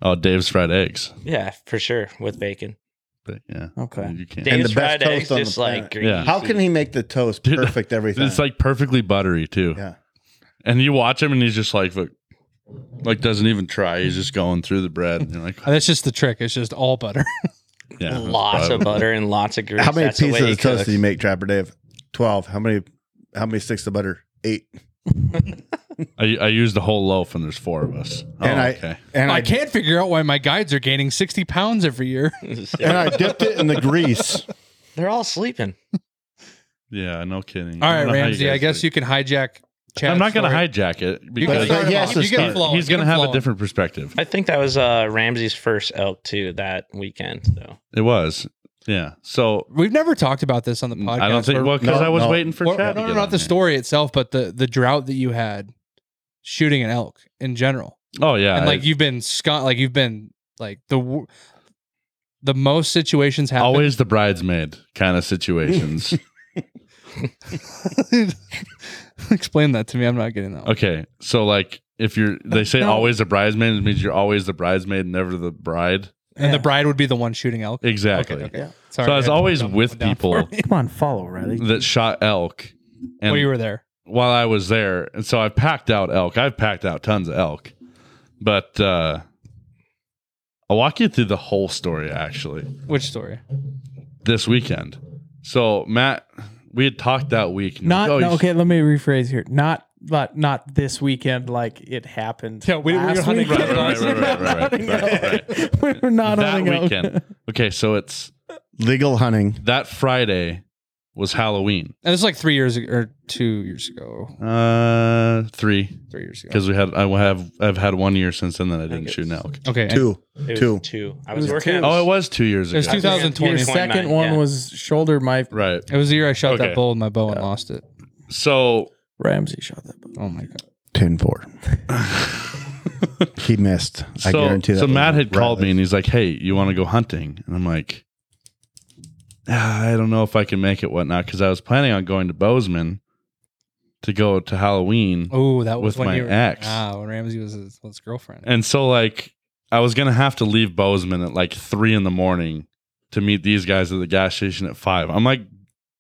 Oh, Dave's fried eggs. Yeah, for sure with bacon. But yeah, Okay. you can't. Dave's the best fried toast eggs on the just like planet. Yeah. How can he make the toast Dude, perfect every time? It's like perfectly buttery too. yeah. And you watch him, and he's just like, look, like doesn't even try. He's just going through the bread. And you're like, Oh, that's just the trick. It's just all butter. yeah, that's lots of probably- butter and lots of grease. How many That's the pieces way of he toast cooks. did you make, Trapper Dave? Twelve. How many? How many sticks of butter? Eight. I, I used the whole loaf, and there's four of us. Oh, And I- okay. And I can't figure out why my guides are gaining sixty pounds every year. And I dipped it in the grease. They're all sleeping. Yeah, no kidding. All I right, don't know how you Ramsey. I guys guess think. you can hijack. Chad's I'm not going to story. hijack it You can because start But him he off. has to You get start. flowing. he's Get going to have flowing. a different perspective. I think that was uh, Ramsey's first elk too that weekend though. It was. Yeah. So We've never talked about this on the podcast. I don't think, or- well, because No, I was no. waiting for Well, Chad. to no, no, get not on the there. story itself, but the the drought that you had shooting an elk in general, Oh, yeah. and like I- you've been scot, like you've been like the wor- the most situations happen. always the bridesmaid kind of situations. explain that to me. I'm not getting that. one. okay. So, like, if you're, they say No. always the bridesmaid, it means you're always the bridesmaid, never the bride. And Yeah. the bride would be the one shooting elk. Exactly. Okay. okay. Yeah. Sorry. So I was had to always dumb with one down for people you. Come on, follow Riley. that shot elk. And Well, you were there. while I was there, and so I packed out elk. I've packed out tons of elk, but uh, I'll walk you through the whole story actually Which story? this weekend. So Matt, we had talked that week. and Not like, oh, no, you- okay. Let me rephrase here. Not but not this weekend. Like it happened. Yeah, we didn't- we last were hunting weekend. elk. Right, right, right, right, right, right, We were not That hunting elk. weekend. Okay, so it's legal hunting. That Friday was Halloween. And it's like three years ago, or two years ago, Uh, three three years ago. because we had I have I've had one year since then that I didn't think shoot an it's- elk. Okay. and- Two. It was Two. two. I It was was working. two. at- Oh, it was two years It was ago. two- 2020. His second 29, one yeah. was shoulder. My right. It was the year I shot Okay. that bull with my bow and Yeah. lost it. So Ramsey shot that. Bull. Oh my god. 10 4. He missed. I so, guarantee that. so was Matt had Riley. called me and he's like, "Hey, you want to go hunting?" And I'm like, "Ah, "I don't know if I can make it, whatnot," because I was planning on going to Bozeman to go to Halloween, Oh, that was With when my you were, ex. Ah, when Ramsey was his, was his girlfriend. and so like I was gonna have to leave Bozeman at like three in the morning to meet these guys at the gas station at five. I'm like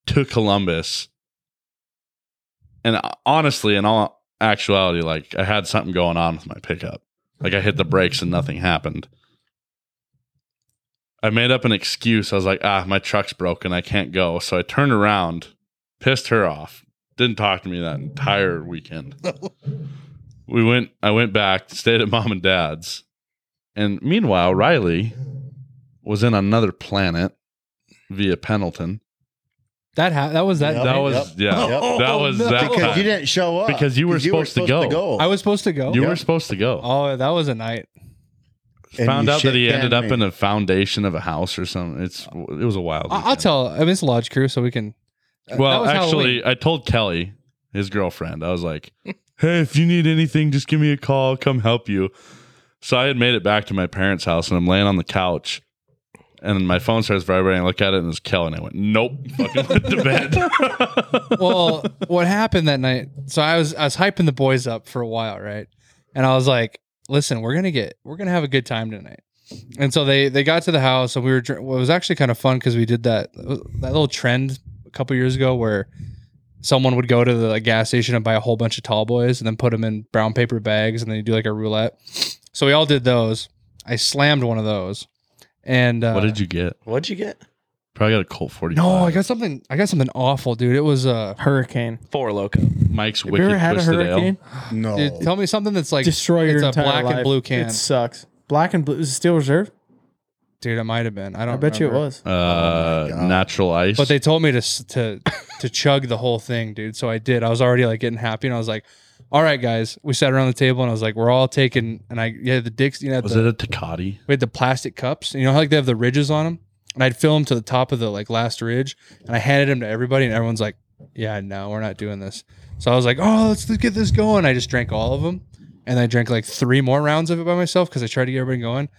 to Columbus, and uh, honestly, in all actuality, like I had something going on with my pickup. Like I hit the brakes and nothing happened. I made up an excuse. I was like, ah, my truck's broken. I can't go. So I turned around, pissed her off. Didn't talk to me that entire weekend. we went, I went back, stayed at mom and dad's. And meanwhile, Hmm. Riley was in another planet via Pendleton. That ha- that was that. Yep. That night? was, yeah, Yep. Oh, that was that Because you time. didn't show up. Because you were supposed to go. I was supposed to go. You Oh, Yeah. were supposed to go. oh, that was a night. And Found you out that he shit-canned ended up me. in a foundation of a house or something. It's it was a wild. I- I'll weekend. tell. I mean, it's lodge crew, so we can. uh, that Well, was actually, I told Kelly, his girlfriend, I was like, hey, if you need anything, just give me a call. I'll come help you. So I had made it back to my parents' house and I'm laying on the couch and my phone starts vibrating. I look at it and it's Kelly. And I went, nope, fucking went to bed. well, what happened that night? So I was I was hyping the boys up for a while, right? And I was like, "Listen, we're gonna get we're gonna have a good time tonight." And so they they got to the house, and we were. dr- Well, it was actually kind of fun because we did that that little trend a couple years ago where someone would go to the gas station and buy a whole bunch of tall boys and then put them in brown paper bags and then you do like a roulette. So we all did those. I slammed one of those, and uh, what did you get? What'd you get? Probably got a Colt 45. No, I got something. I got something awful, dude. It was uh, Hurricane. Four loco. Mike's Have wicked you ever had a twisted ale. hurricane? No. Oh. dude, tell me something that's like Destroy your it's a entire black life. and blue can. It sucks. Black and blue. Is it Steel Reserve? Dude, it might have been. I I, don't. bet you it remember. was. Uh, Oh my God. natural ice. But they told me to s- to to chug the whole thing, dude. So I did. I was already like getting happy, and I was like, "All right, guys." We sat around the table, and I was like, "We're all taking." And I yeah, the dicks. You know, was the, it a Takati? we had the plastic cups. You know how like they have the ridges on them, and I'd fill them to the top of the like last ridge, and I handed them to everybody, and everyone's like, "Yeah, no, we're not doing this." So I was like, "Oh, let's get this going." I just drank all of them, and I drank like three more rounds of it by myself because I tried to get everybody going,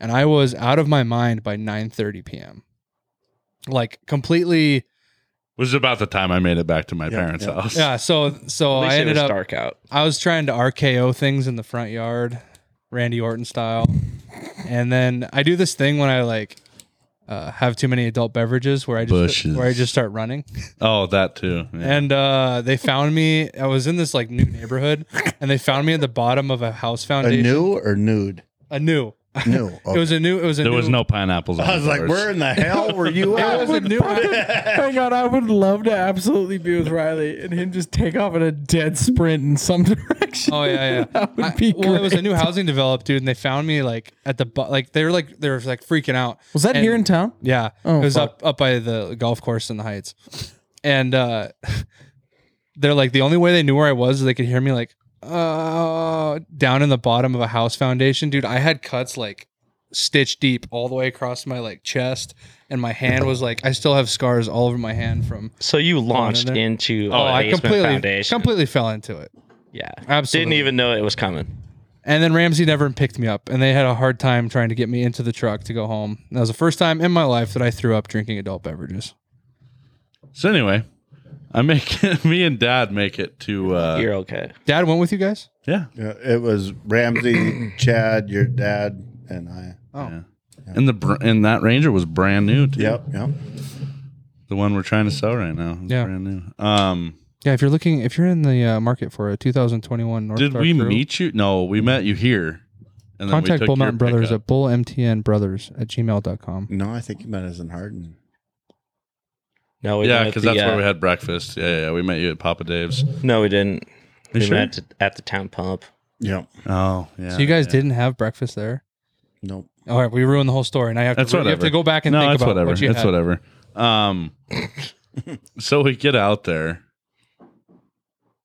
and I was out of my mind by 9:30 p.m. Like completely, was about the time I made it back to my Yeah, parents' yeah. house. yeah. So so At least I it ended was up dark out. I was trying to RKO things in the front yard, Randy Orton style. And then I do this thing when I like uh, have too many adult beverages where I just Bushes. where I just start running. Oh, that too. Yeah. And uh, they found me. I was in this like new neighborhood, and they found me at the bottom of a house a foundation. new or nude? A new. No. It was a new. It was a there new. was no pineapples. On I was the like, doors. where in the hell were you It at? was a new. Hang on, I would love to absolutely be with Riley and him just take off in a dead sprint in some direction. Oh yeah, yeah. that would I- be well, it was a great. new housing developed, dude, and they found me like at the bo- like they were like they were like freaking out. Was that And- here in town? Yeah. Oh, it was fuck. up up by the golf course in the heights. And uh they're like the only way they knew where I was is they could hear me like uh down in the bottom of a house foundation. Dude, I had cuts like stitch deep all the way across my like chest and my hand was like I still have scars all over my hand from So you launched there. into Oh, a I basement completely foundation. completely fell into it. yeah. Absolutely. Didn't even know it was coming. And then Ramsey never picked me up, and they had a hard time trying to get me into the truck to go home. That was the first time in my life that I threw up drinking adult beverages. So anyway, I make it, me and Dad make it to uh, You're okay. Dad went with you guys. yeah, Yeah, it was Ramsey, Chad, your dad, and I. and the br- and that Ranger was brand new. Too. Yep. Yep. the one we're trying to sell right now. It's Yeah. brand new. Um, Yeah, if you're looking, if you're in the uh, market for a 2021 North did Star we Crew, meet you? No, we met you here. And then we Contact took Bull your Mountain Brothers pickup. at bullmtnbrothers at gmail.com. No, I think you meant as in Harden. No, we yeah, didn't at because the, that's uh, where we had breakfast. Yeah, yeah, yeah, we met you at Papa Dave's. No, we didn't. You we sure? met at, at the town pump. Yep. Oh, yeah. so you guys yeah. didn't have breakfast there? Nope. All right, we ruined the whole story, and I have to. That's you have whatever. to go back and no, think it's about whatever. what you it's had. whatever. Um, so we get out there,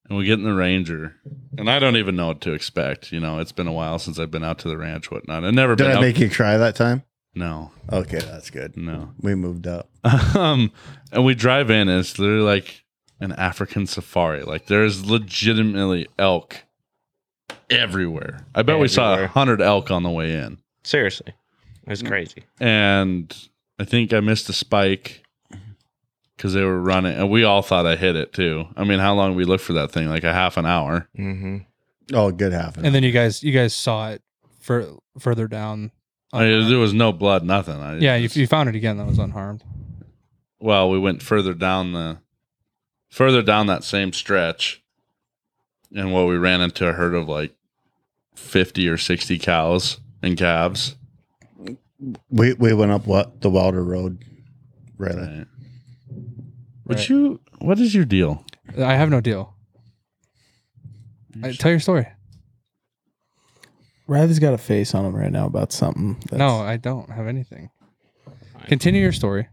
and we get in the Ranger, and I don't even know what to expect. You know, it's been a while since I've been out to the ranch, whatnot. I've never Did been. I out- make you cry that time? no, Okay, that's good. no. We moved up. Um, and we drive in, and it's literally like an African safari. Like there is legitimately elk everywhere. I bet we saw a Everywhere. hundred elk on the way in, Seriously, it Mm. was crazy. and I think I missed a spike because they were running, and we all thought I hit it too. I mean, how long we looked for that thing? Like a half an hour. Mm-hmm. Oh, good half. an And then you guys, you guys saw it for further down. I, there was no blood, nothing. I, yeah, you, you found it again. That was unharmed. well, we went further down the further down that same stretch, and well, we ran into a herd of like fifty or sixty cows and calves. We we went up what the Wilder Road, right? Right. Would Right. you? What is your deal? I have no deal. I, tell your story. Riley's got a face on him right now about something. that's- no, I don't have anything. Continue your story.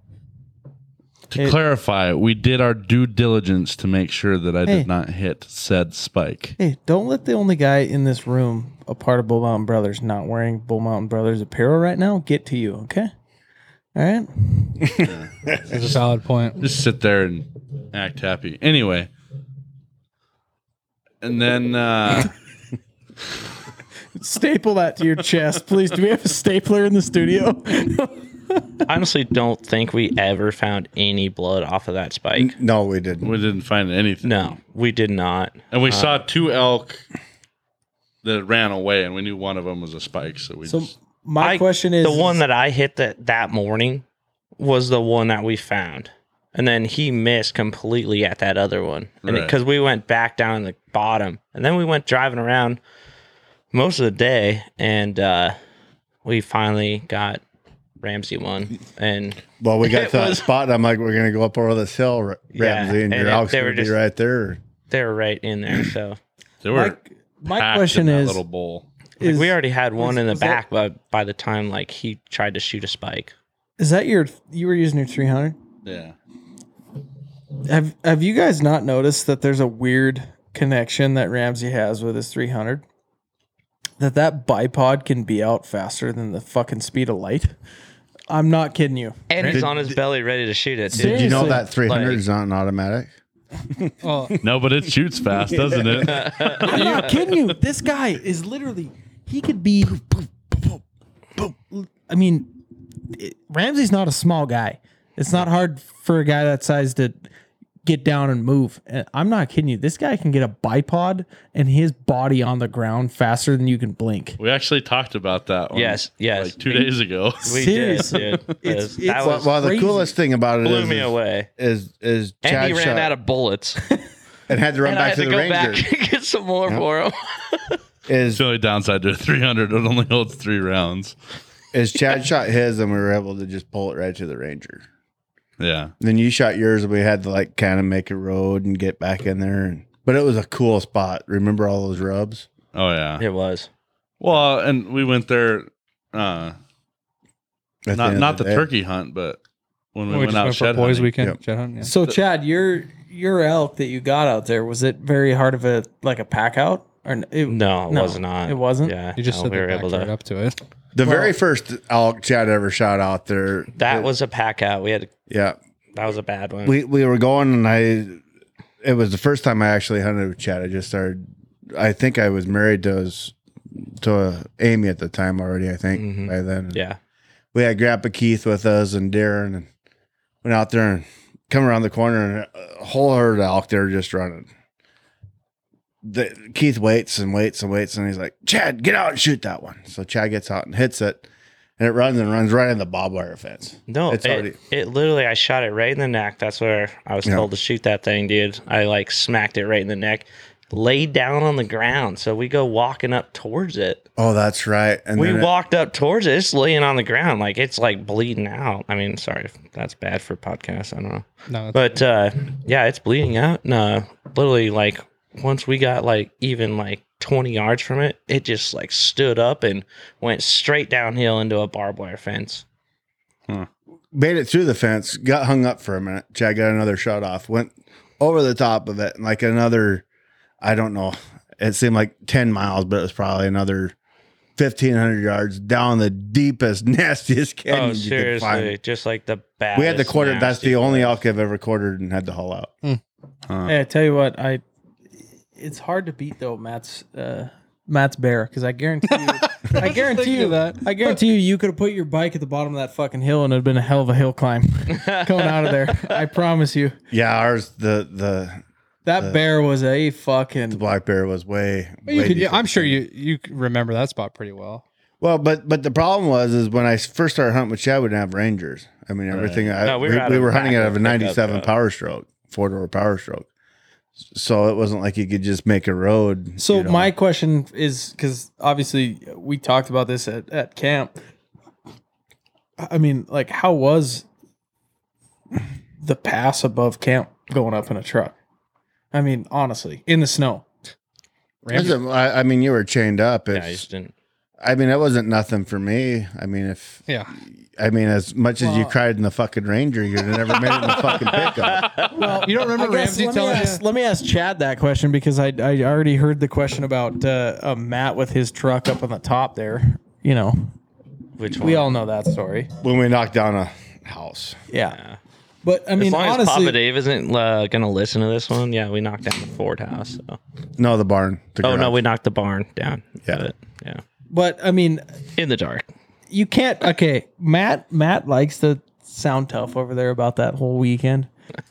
To It- clarify, we did our due diligence to make sure that I Hey. did not hit said spike. Hey, don't let the only guy in this room, a part of Bull Mountain Brothers, not wearing Bull Mountain Brothers apparel right now, get to you, okay? All right. It's a valid point. Just sit there and act happy. Anyway. And then uh Staple that to your chest, please. Do we have a stapler in the studio? Honestly, don't think we ever found any blood off of that spike. No, we didn't. we didn't find anything. No, Uh. we did not. And we saw two elk that ran away, and we knew one of them was a spike. So we so just, my I- question is the one that I hit that that morning was the one that we found, and then he missed completely at that other one, and Right. because we went back down the bottom, and then we went driving around most of the day, and uh, we finally got Ramsey one, and Well, we got It to that was- spot. And I'm like, we're gonna go up over this hill, Ra- Yeah, Ramsey, and and your it- house they gonna be were just- right there. they were right in there. So they were my, my packed question in that is, little bowl. like, is we already had one is- in the is that- back, but by the time like he tried to shoot a spike, is that your you were using your 300? Yeah, Have have you guys not noticed that there's a weird connection that Ramsey has with his 300? That that bipod can be out faster than the fucking speed of light. I'm not kidding you. and he's Did- on his belly ready to shoot it. Did Too. you know Seriously, that 300 like- is not an automatic? Well, no, but it shoots fast, doesn't it? I'm not kidding you. This guy is literally he could be. I mean, it- Ramsey's not a small guy. It's not hard for a guy that size to get down and move. And I'm not kidding you. This guy can get a bipod and his body on the ground faster than you can blink. We actually talked about that. One, Yes, yes. like two days ago. We did, Seriously. dude. It's- that it's- was, Well, the crazy. coolest thing about it blew is- me is- away. Is is And Chad he ran shot out of bullets. and had to run and I back had to the to go ranger. back and get some more for him. Is It's the only downside to a 300. It only holds three rounds. is Chad shot his, and we were able to just pull it right to the ranger. Yeah, Then you shot yours, and we had to like kind of make a road and get back in there. And, but it was a cool spot. Remember all those rubs? oh yeah. It was. Well, and we went there, uh, At not end of not the day. turkey hunt, but when we, we went just out went for shed boys' hunting. weekend. Yep. Shed hunting, yeah. So Chad, your your elk that you got out there was it very hard of a like a pack out or n- it, No, it No, was not. it wasn't. Yeah, You just no, said we the were back able right to. up to it. The very first elk Chad ever shot out there. That was a pack out. We had. yeah. That was a bad one. We we were going, and I. It was the first time I actually hunted with Chad. I just started. I think I was married to his, to Amy at the time already. I think Mhm. by then. yeah, we had Grandpa Keith with us and Darren and went out there and come around the corner and a whole herd of elk there just running. The, Keith waits and waits and waits and he's like, Chad, get out and shoot that one. So Chad gets out and hits it and it runs and runs right in the barbed wire fence. no, It's it, already- it literally. I shot it right in the neck. That's where I was Yeah. told to shoot that thing, dude. I like smacked it right in the neck, laid down on the ground. So we go walking up towards it. Oh, that's right. And we then it- walked up towards it. It's laying on the ground, like it's like bleeding out. I mean, sorry, if that's bad for podcasts. I don't know. No, that's- But uh, yeah, it's bleeding out. No, literally, like once we got like even like 20 yards from it, it just like stood up and went straight downhill into a barbed wire fence. made it through the fence, got hung up for a minute. Chad got another shot off, went over the top of it, and like another, I don't know, it seemed like 10 miles, but it was probably another 1,500 yards down the deepest, nastiest canyon oh, you could seriously. find. Just like the bad. We had the quarter, that's the only elk I've ever quartered and had to haul out. Huh. Hey, I tell you what, I it's hard to beat though Matt's uh, Matt's bear because I guarantee you, I guarantee you that I guarantee you you could have put your bike at the bottom of that fucking hill and it'd been a hell of a hill climb coming out of there. I promise you, Yeah, ours, the, the, that bear was a fucking the black bear was way, But you way could, yeah, deeper. I'm sure you you could remember that spot pretty well. Well, but but the problem was is when I first started hunting with Chad, we didn't have rangers. I mean, everything. I, No, we, we we were were out hunting of the back out of a of the pickup, '97 yeah. Power Stroke, four door Power Stroke. So it wasn't like you could just make a road. So you know. my question is because obviously we talked about this at, at camp. I mean, like, how was the pass above camp going up in a truck? I mean, honestly, in the snow. Listen, I, I mean, you were chained up. Yeah, I It's, just didn't. I mean, it wasn't nothing for me. I mean, if Yeah. I mean, as much as you Well- cried in the fucking Ranger, you'd have never made it in the fucking pickup. Well, You don't remember Ramsey let telling me you- ask, Let me ask Chad that question because I I already heard the question about uh, uh, Matt with his truck up on the top there. You know, Which one? we all know that story. When we knocked down a house, Yeah, but I mean, as long honestly, as Papa Dave isn't uh, going to listen to this one, yeah, we knocked down the Ford house. So. no, the barn. the Oh, no, garage. we knocked the barn down. Yeah. Got it. Yeah. but I mean, In the dark. you can't okay matt matt likes to sound tough over there about that whole weekend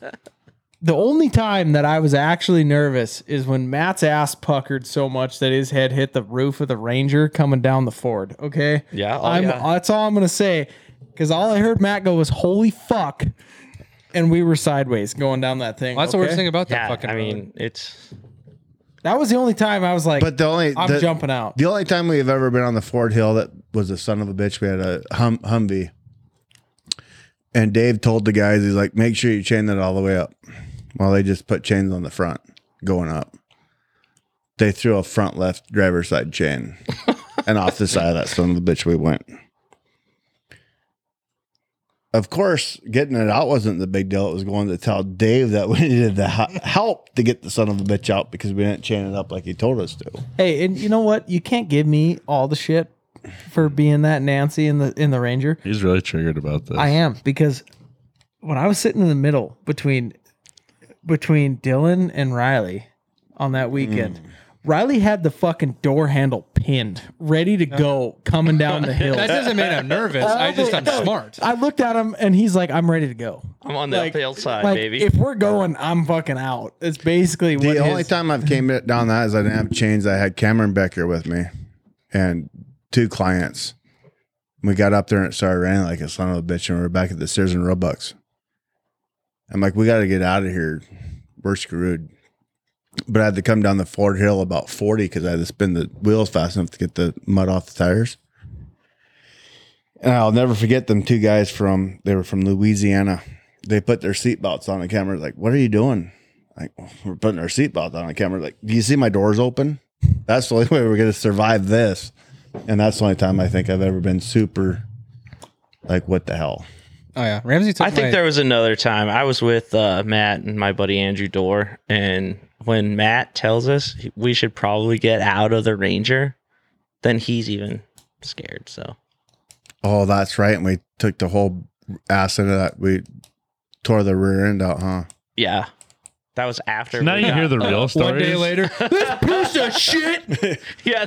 the only time that i was actually nervous is when matt's ass puckered so much that his head hit the roof of the ranger coming down the ford okay Yeah, oh, I'm, yeah. that's all i'm gonna say because all i heard matt go was holy fuck and we were sideways going down that thing Well, that's the worst okay? thing about that Yeah, fucking I road. mean, it's that was the only time i was like But the only i'm the- jumping out The only time we've ever been on the Ford Hill that was a son of a bitch, we had a hum- Humvee. And Dave told the guys, he's like, make sure you chain that all the way up. Well, they just put chains on the front going up. They threw a front left driver's side chain. and off the side of that son of a bitch we went. Of course, getting it out wasn't the big deal. It was going to tell Dave that we needed the h- help to get the son of a bitch out because we didn't chain it up like he told us to. Hey, and you know what? You can't give me all the shit for being that Nancy in the in the Ranger. He's really triggered about this. I am because when I was sitting in the middle between between Dylan and Riley on that weekend, Mm. Riley had the fucking door handle pinned, ready to go, coming down the hill. that doesn't mean I'm nervous. I just I'm smart. I looked at him and he's like, "I'm ready to go." I'm on the Like- uphill side, Like, baby. if we're going, I'm fucking out. It's basically what The only his- time I've came down that is I didn't have chains. I had Cameron Becker with me and two clients. We got up there and it started raining like a son of a bitch, and we were back at the stairs in Robux. I'm like, we got to get out of here. We're screwed. But I had to come down the Ford Hill about 40 because I had to spin the wheels fast enough to get the mud off the tires. And I'll never forget them two guys from, they were from Louisiana. They put their seatbelts on the camera. Like, what are you doing? like we're putting our seatbelt on the camera. Like, do you see my doors open? That's the only way we're gonna survive this. And that's the only time I think I've ever been super like, what the hell? Oh yeah, Ramsey took I think my- there was another time I was with uh, Matt and my buddy Andrew Dorr, and when Matt tells us we should probably get out of the Ranger, then he's even scared. So Oh, that's right. And we took the whole ass into that. We tore the rear end out, huh? yeah, that was after. now we you got- hear the real story. one day later. yeah. Well, it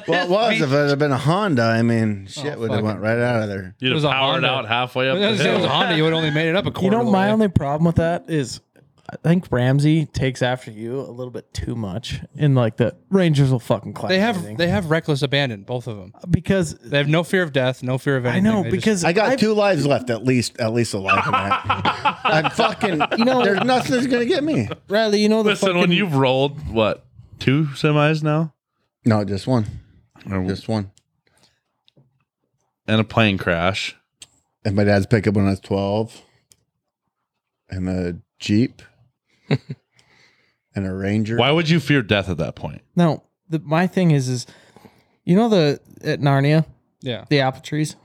this was. beat- If it had been a Honda, I mean, shit Oh, would have fuck. went right out of there. You'd It have was a powered Honda. out halfway up That the was, it was hill. Honda. You would only made it up a You quarter. know, of the my way. only problem with that is I think Ramsey takes after you a little bit too much, and like the Rangers will fucking clap. They everything. have they have reckless abandon, both of them. because They have no fear of death, no fear of I anything. know They just- because I got I've- two lives left, at least, at least a life. in that. I'm fucking. You know, there's nothing that's gonna get me. Riley. You know the Listen, fucking when you've rolled what two semis now No, just one, Or- just one. and a plane crash, and my dad's pickup when I was 12, and a Jeep, and a Ranger. why would you fear death at that point? no the my thing is is you know the at Narnia Yeah. the apple trees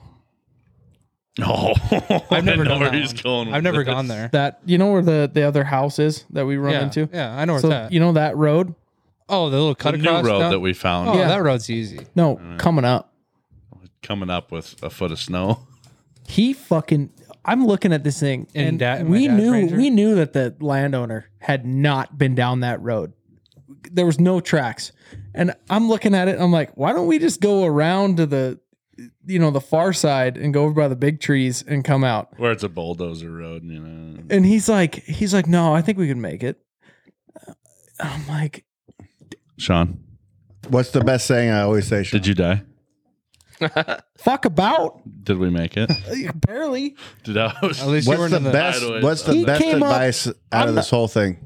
Oh, I I've never know done where that he's one. going. with I've never this. gone there. that you know where the the other house is that we run yeah. into. Yeah, I know where So it's at. you know that road? oh, the little The cut new across road down- that we found Oh, Yeah. that road's easy. No, coming up. coming up with a foot of snow. He fucking. I'm looking at this thing, In and, da- in my we dad's knew Ranger? we knew that the landowner had not been down that road. There was no tracks, and I'm looking at it. And I'm like, why don't we just go around to the, you know, the far side and go over by the big trees and come out? Where it's a bulldozer road, you know. And he's like, he's like, no, I think we can make it. Uh, I'm like, Sean, What's the best saying I always say? Sean? did you die? fuck about Did we make it? barely. Did I? At least you What's weren't the in the best? sideways. What's the He best came up- advice out I'm of this whole thing?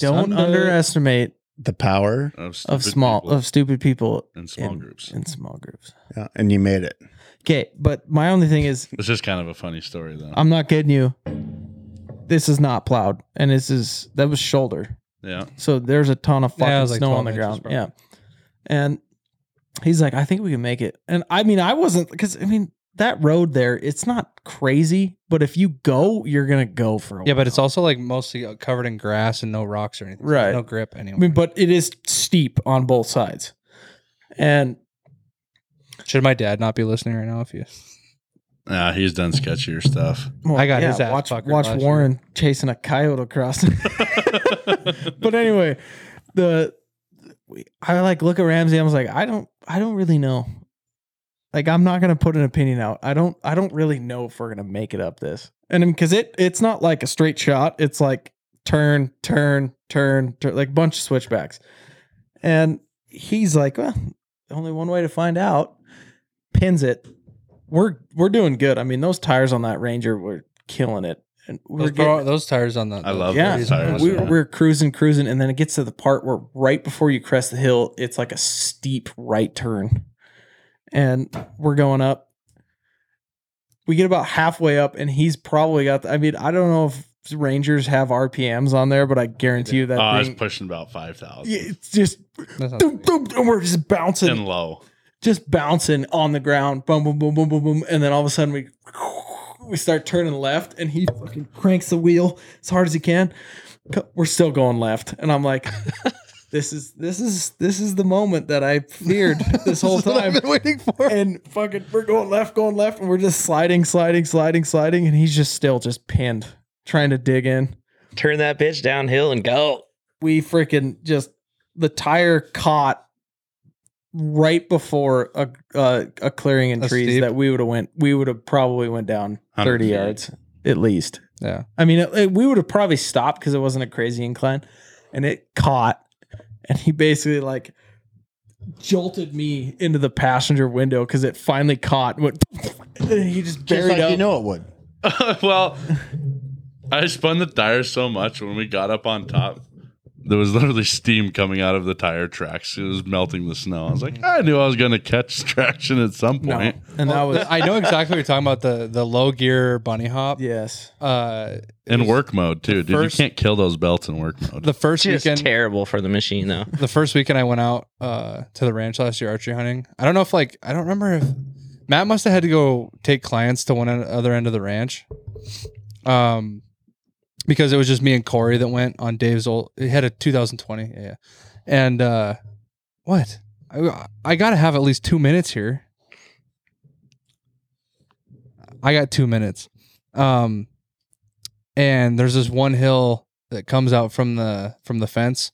Don't Sunday. underestimate The power, uh, stupid of small people of stupid people in small in- groups. in small groups. yeah, and you made it. Okay, but my only thing is This is kind of a funny story, though. I'm not getting you. This is not plowed, and this is that was shoulder. yeah. So there's a ton of Yeah, it fucking was like snow on 12 the inches ground. probably. Yeah, and he's like, I think we can make it. And I mean, I wasn't because I mean that road there, it's not crazy, but if you go, you're gonna go for a Yeah, but while. it's also like mostly uh, covered in grass and no rocks or anything. So Right. No grip I anyway. mean, but it is steep on both sides, and Should my dad not be listening right now if you Nah, he's done sketchier stuff. Well, I got his ass Watch, fucking watch last Warren chasing a coyote across. but anyway, the we- I like look at Ramsey. I was like, I don't, I don't really know. Like, I'm not gonna put an opinion out. I don't, I don't really know if we're gonna make it up this. And because it, it's not like a straight shot. It's like turn, turn, turn, turn like bunch of switchbacks. And he's like, well, only one way to find out. Pins it. We're we're doing good. I mean, those tires on that Ranger were killing it. And we're Those, getting, bro- those tires on the. I love yeah, those tires. we, yeah. were- we were cruising, cruising, and then it gets to the part where right before you crest the hill, it's like a steep right turn, and we're going up. We get about halfway up, and he's probably got. The, I mean, I don't know if Rangers have RPMs on there, but I guarantee you that Oh, I was thing, pushing about five thousand Yeah, it's just That's not- doom, doom, doom, we're just bouncing and low. just bouncing on the ground, boom, boom, boom, boom, boom, boom, and then all of a sudden we we start turning left, and he fucking cranks the wheel as hard as he can. Co- We're still going left, and I'm like, this is this is this is the moment that I feared this whole time. waiting for. And fucking, we're going left, going left, and we're just sliding, sliding, sliding, sliding, and he's just still just pinned, trying to dig in. Turn that bitch downhill and go. We freaking just the tire caught right before a uh, a clearing in A trees steep. that we would have went we would have probably went down 100 30 feet. yards at least Yeah. i mean it, it- we would have probably stopped because it wasn't a crazy incline and it caught and he basically like jolted me into the passenger window because it finally caught and went and then he just Just buried like up you know it would. well, I spun the tires so much when we got up on top. There was literally steam coming out of the tire tracks. It was melting the snow. I was like, I knew I was going to catch traction at some No. point. and that was I know exactly what you're talking about the the low gear bunny hop. yes Uh, In work mode, too, dude. first- you can't kill those belts in work mode. the first Just weekend, terrible for the machine though. the first weekend I went out uh, to the ranch last year archery hunting. I don't know if like I don't remember if Matt must have had to go take clients to one en- other end of the ranch, um, because it was just me and Corey that went on Dave's old. It had a 2020, yeah, yeah. and uh, what I I gotta have at least two minutes here. I got two minutes, um, and there's this one hill that comes out from the from the fence,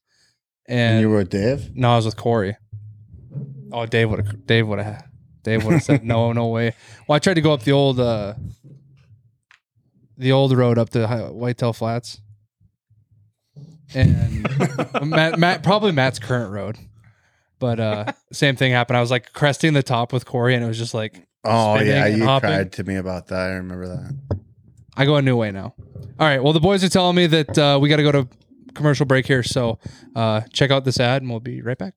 And, and you were with Dave. no, I was with Corey. Oh, Dave would have. Dave would have. Dave would have said no, no way. Well, I tried to go up the old, uh the old road up to Hi- Whitetail Flats, and Matt, Matt, probably Matt's current road. But uh same thing happened. I was like cresting the top with Corey, and it was just like Oh Spinning yeah, and you hopping. cried to me about that. I remember that. I go a new way now. All right. Well, the boys are telling me that uh, we got to go to commercial break here, so uh check out this ad, and we'll be right back.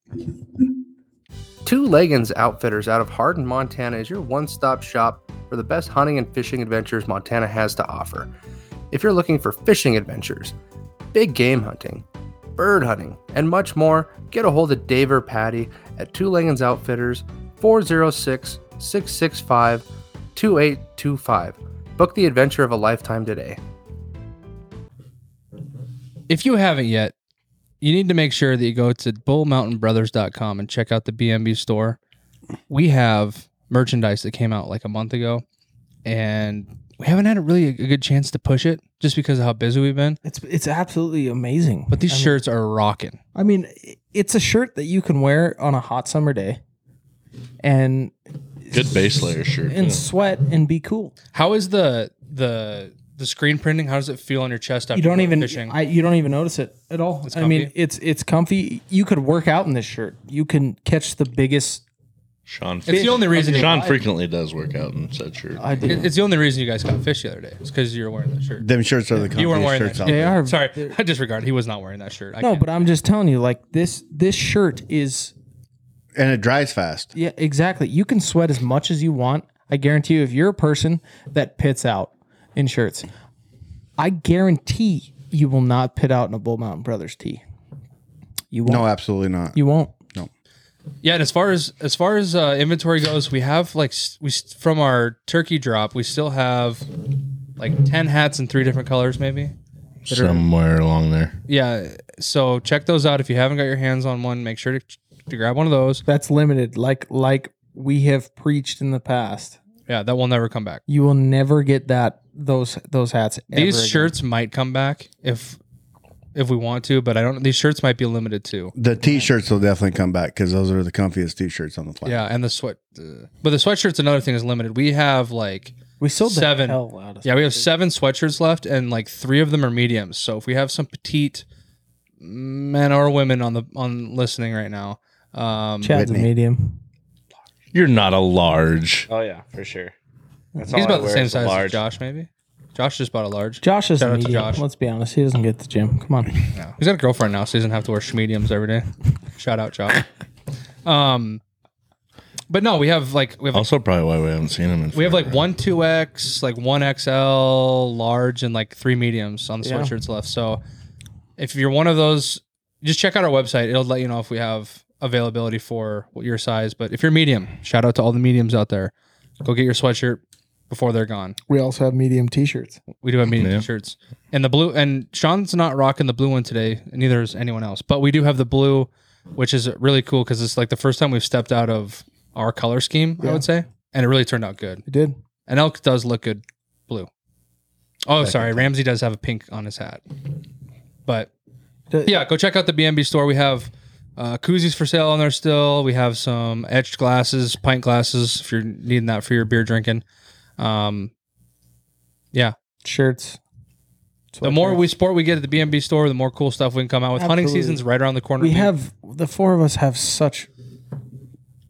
Two Leggins Outfitters out of Hardin, Montana is your one stop shop for the best hunting and fishing adventures Montana has to offer. If you're looking for fishing adventures, big game hunting, bird hunting, and much more, get a hold of Dave or Patty at Two Langens Outfitters, 406 665 2825. Book the adventure of a lifetime today. if you haven't yet, you need to make sure that you go to bullmountainbrothers.com and check out the BMB store. We have merchandise that came out like a month ago, and we haven't had a really a good chance to push it just because of how busy we've been. It's it's absolutely amazing. But these I mean- shirts are rocking. I mean, it's a shirt that you can wear on a hot summer day, and Good base layer shirt. Mm-hmm. and too. sweat and be cool. How is the the the screen printing? How does it feel on your chest after You don't going even fishing? I, you don't even notice it at all. It's I mean, comfy. it's it's comfy. You could work out in this shirt. You can catch the biggest. Sean. it's the only reason. You, Sean frequently does work out in said shirt. I do. it's the only reason you guys caught fish the other day. It's because you were wearing that Mm. shirt. Them shirts are the You weren't comfiest wearing shirts that out they there. are Sorry, I disregard. He was not wearing that shirt. I No, can't- but I'm just telling you, like this this shirt is And it dries fast. yeah, exactly. You can sweat as much as you want. I guarantee you, if you're a person that pits out in shirts, I guarantee you will not pit out in a Bull Mountain Brothers tee. You won't. No, absolutely not. you won't. Yeah, and as far as as far as uh, inventory goes, we have like s- we s- from our turkey drop, we still have like ten hats in three different colors, maybe. Somewhere along there. Yeah, so check those out if you haven't got your hands on one. Make sure to, to grab one of those. That's limited. Like like we have preached in the past. Yeah, that will never come back. You will never get that those those hats. These ever again. shirts might come back if if we want to, but I don't. These shirts might be limited too. The t-shirts will definitely come back because those are the comfiest t-shirts on the planet. Yeah, and the sweat, uh, but the sweatshirt's another thing is limited. We have like we sold the seven. hell out of Yeah, we have seven sweatshirts left, and like three of them are mediums. So if we have some petite men or women on the on listening right now, um, Chad's a Whitney. medium. You're not a large. Oh yeah, for sure. That's he's all I about the wear same is a size as large. Josh. Maybe Josh just bought a large. Josh is Shout a out to medium. Josh. Let's be honest. He doesn't get the gym. Come on. He's got a girlfriend now, so he doesn't have to wear mediums every day. Shout out Josh. Um, but no, we have like we have Also, probably why we haven't seen him. In we have like forever. one two X, like one XL large, and like three mediums on the Yeah. sweatshirts left. So if you're one of those, just check out our website. It'll let you know if we have availability for what your size. But if you're medium, shout out to all the mediums out there. Go get your sweatshirt before they're gone. We also have medium T-shirts. We do have medium Yeah. t-shirts and the blue. And Sean's not rocking the blue one today. and Neither is anyone else. But we do have the blue, which is really cool because it's like the first time we've stepped out of our color scheme. I would say, and it really turned out good. We did. And elk does look good blue. Oh, sorry. Ramsey does have a pink on his hat. But The- yeah, go check out the BMB store. We have uh, koozies for sale on there still. We have some etched glasses, pint glasses, if you're needing that for your beer drinking. Um, Shirts. the more we sport we get at the BMB store, the more cool stuff we can come out with. Hunting Absolutely. season's right around the corner. we have the four of us have such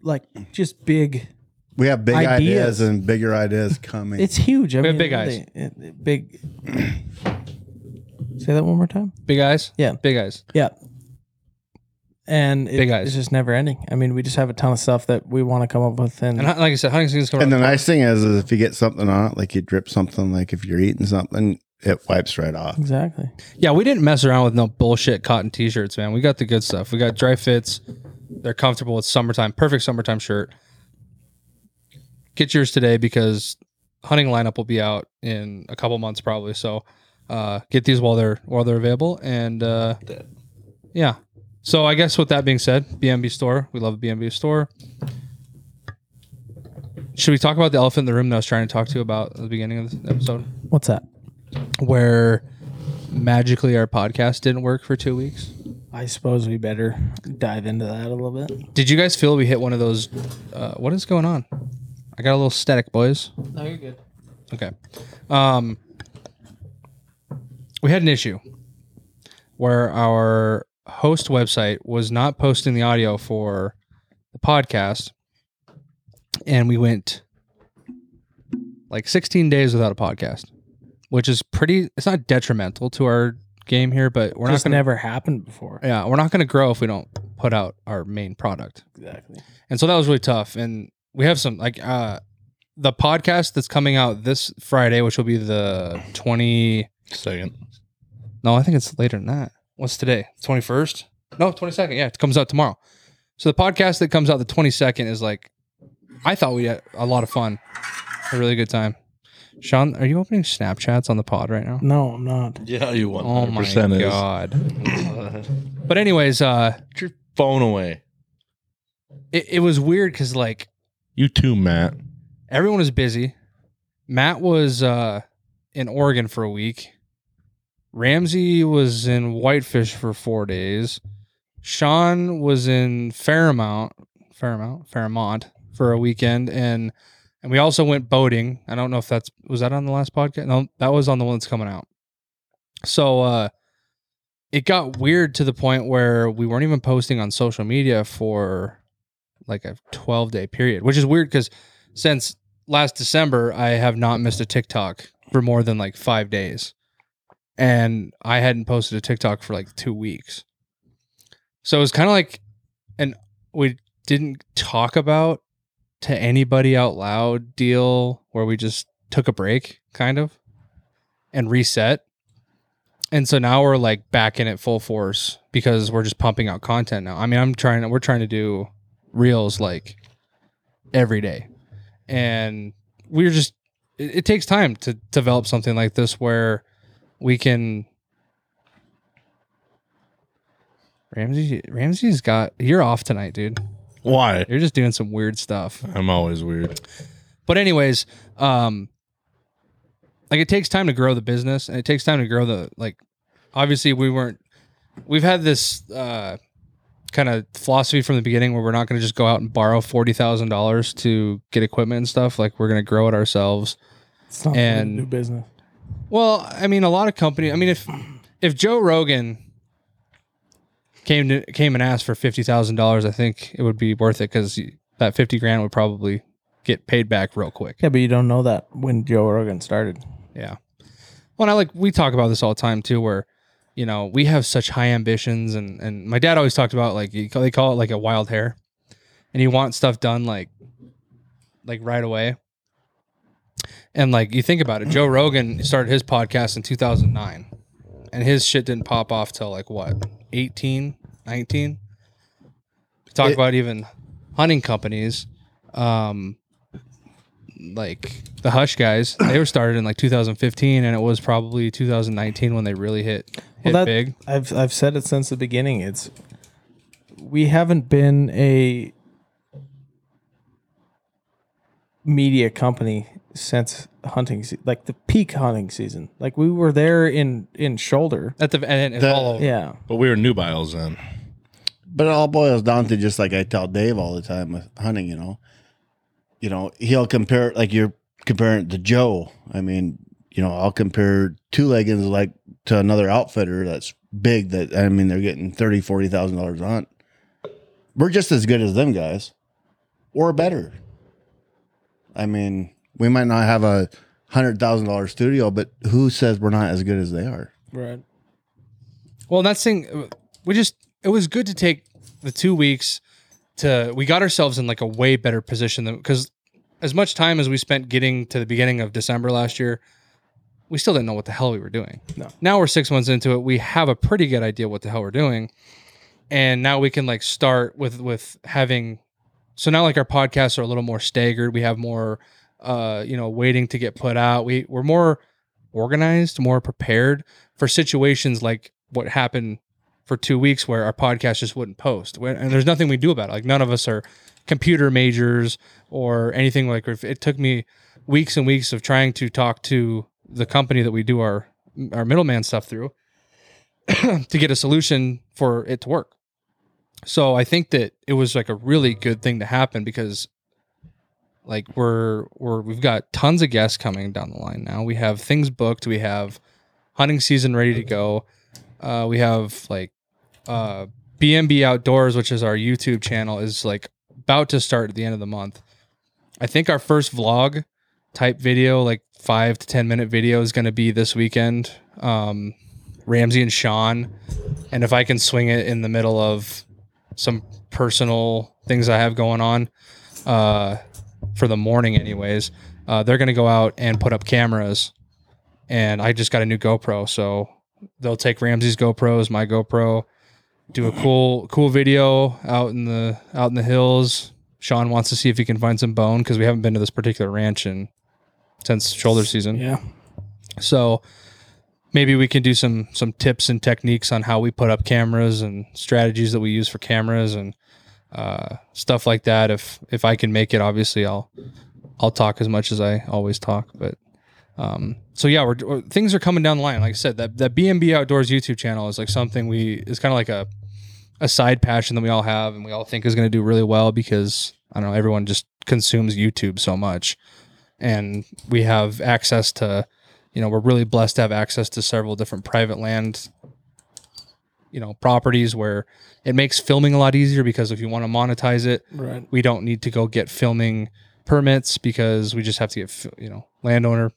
like just big. We have big Ideas. ideas, and bigger ideas coming. It's huge. I We have mean, big eyes. they- it- it- big. Say that one more time. big eyes. Yeah. Big eyes. Yeah. And it, Big eyes. it's just never ending. I mean, we just have a ton of stuff that we want to come up with, and, And hu- like I said, hunting season's coming and around. the nice thing is, is if you get something on it, like you drip something, like if you're eating something, it wipes right off. exactly. Yeah, we didn't mess around with no bullshit cotton t-shirts, man. We got the good stuff. We got dry fits. They're comfortable. It's summertime. Perfect summertime shirt. Get yours today because hunting lineup will be out in a couple months probably. So uh, get these while they're while they're available. And uh, yeah. So I guess with that being said, BMB store. We love the BMB store. Should we talk about the elephant in the room that I was trying to talk to you about at the beginning of this episode? What's that? where magically our podcast didn't work for two weeks. I suppose we better dive into that a little bit. Did you guys feel we hit one of those? Uh, what is going on? I got a little static, boys. No, you're good. Okay. Um, we had an issue where our host website was not posting the audio for the podcast, and we went like 16 days without a podcast, which is pretty. It's not detrimental to our game here, but we're Just not going to never happened before. yeah, we're not going to grow if we don't put out our main product. Exactly. And so that was really tough. And we have some like uh the podcast that's coming out this Friday, which will be the 20 second. No, I think it's later than that. what's today? Twenty first? No, twenty second. Yeah, it comes out tomorrow. So the podcast that comes out the twenty second is like, I thought we had a lot of fun, a really good time. Sean, are you opening Snapchats on the pod right now? No, I'm not. Yeah, you want. Oh my god! But anyways, uh, Put your phone away. it, it was weird because like You too, Matt. everyone was busy. Matt was uh, in Oregon for a week. Ramsey was in Whitefish for four days. Sean was in Fairmount, Fairmount, Fairmont for a weekend, and and we also went boating. I don't know if that's was that on the last podcast. No, that was on the one that's coming out. So uh, it got weird to the point where we weren't even posting on social media for like a twelve day period, which is weird because since last December, I have not missed a TikTok for more than like five days. And I hadn't posted a TikTok for like two weeks. So it was kind of like, and we didn't talk about to anybody out loud deal where we just took a break, kind of, and reset. And so now we're like back in it full force because we're just pumping out content now. I mean, I'm trying, we're trying to do reels like every day and we're just it, it takes time to develop something like this where we can Ramsey Ramsey's got you're off tonight, dude. Why? You're just doing some weird stuff. I'm always weird. But anyways, um like it takes time to grow the business and it takes time to grow the like obviously we weren't we've had this uh kind of philosophy from the beginning where we're not going to just go out and borrow $40,000 to get equipment and stuff like we're going to grow it ourselves It's not And- and new business. Well, I mean, a lot of company. I mean, if if Joe Rogan came to came and asked for fifty thousand dollars, I think it would be worth it because that fifty grand would probably get paid back real quick. Yeah, but you don't know that when Joe Rogan started. Yeah. Well, and I like we talk about this all the time too, where you know we have such high ambitions, and and my dad always talked about like he- they call it like a wild hair, and you want stuff done like like right away. And like you think about it, Joe Rogan started his podcast in 2009, and his shit didn't pop off till like what 18, 19. We talk It- about even hunting companies. Um, like the Hush guys, they were started in like 2015, and it was probably 2019 when they really hit hit Well, that- big. I've I've said it since the beginning. It's we haven't been a media company since hunting se- like the peak hunting season. Like we were there in in shoulder. At the and, and That- all over. Yeah. But we were nubiles then. But it all boils down to just like I tell Dave all the time with hunting, you know. You know, he'll compare like you're comparing it to Joe. I mean, you know, I'll compare two leggings like to another outfitter that's big that I mean they're getting thirty, forty thousand dollars a hunt. We're just as good as them guys. Or better. I mean, we might not have a hundred thousand dollar studio, but who says we're not as good as they are? Right. Well, and that's thing. We just it was good to take the two weeks to we got ourselves in like a way better position than because as much time as we spent getting to the beginning of December last year, we still didn't know what the hell we were doing. No. Now we're six months into it. We have a pretty good idea what the hell we're doing, and now we can like start with with having. So now like our podcasts are a little more staggered. We have more, uh, you know, waiting to get put out. We we're more organized, more prepared for situations like what happened for two weeks where our podcast just wouldn't post. Where- And there's nothing we do about it. Like none of us are computer majors or anything like if it took me weeks and weeks of trying to talk to the company that we do our our middleman stuff through to get a solution for it to work. So I think that it was like a really good thing to happen because like we're we're we've got tons of guests coming down the line now. We have things booked, we have hunting season ready to go. Uh, we have like uh, BMB Outdoors, which is our YouTube channel, is like about to start at the end of the month. I think our first vlog type video, like five to ten minute video, is going to be this weekend. Um, Ramsey and Sean, and if I can swing it in the middle of some personal things I have going on uh, for the morning, anyways, uh, they're going to go out and put up cameras and I just got a new GoPro, so they'll take Ramsey's GoPros, my GoPro, do a cool cool video out in the out in the hills. Sean wants to see if he can find some bone because we haven't been to this particular ranch in since shoulder season. Yeah. So maybe we can do some some tips and techniques on how we put up cameras and strategies that we use for cameras and uh, stuff like that. If if I can make it, obviously I'll I'll talk as much as I always talk. But um, so yeah, we're, we're- things are coming down the line. Like I said, that that BMB Outdoors YouTube channel is like something we is kind of like a a side passion that we all have and we all think is going to do really well because I don't know everyone just consumes YouTube so much and we have access to you know we're really blessed to have access to several different private land you know properties where it makes filming a lot easier because if you want to monetize it Right. we don't need to go get filming permits because we just have to get fi- you know landowner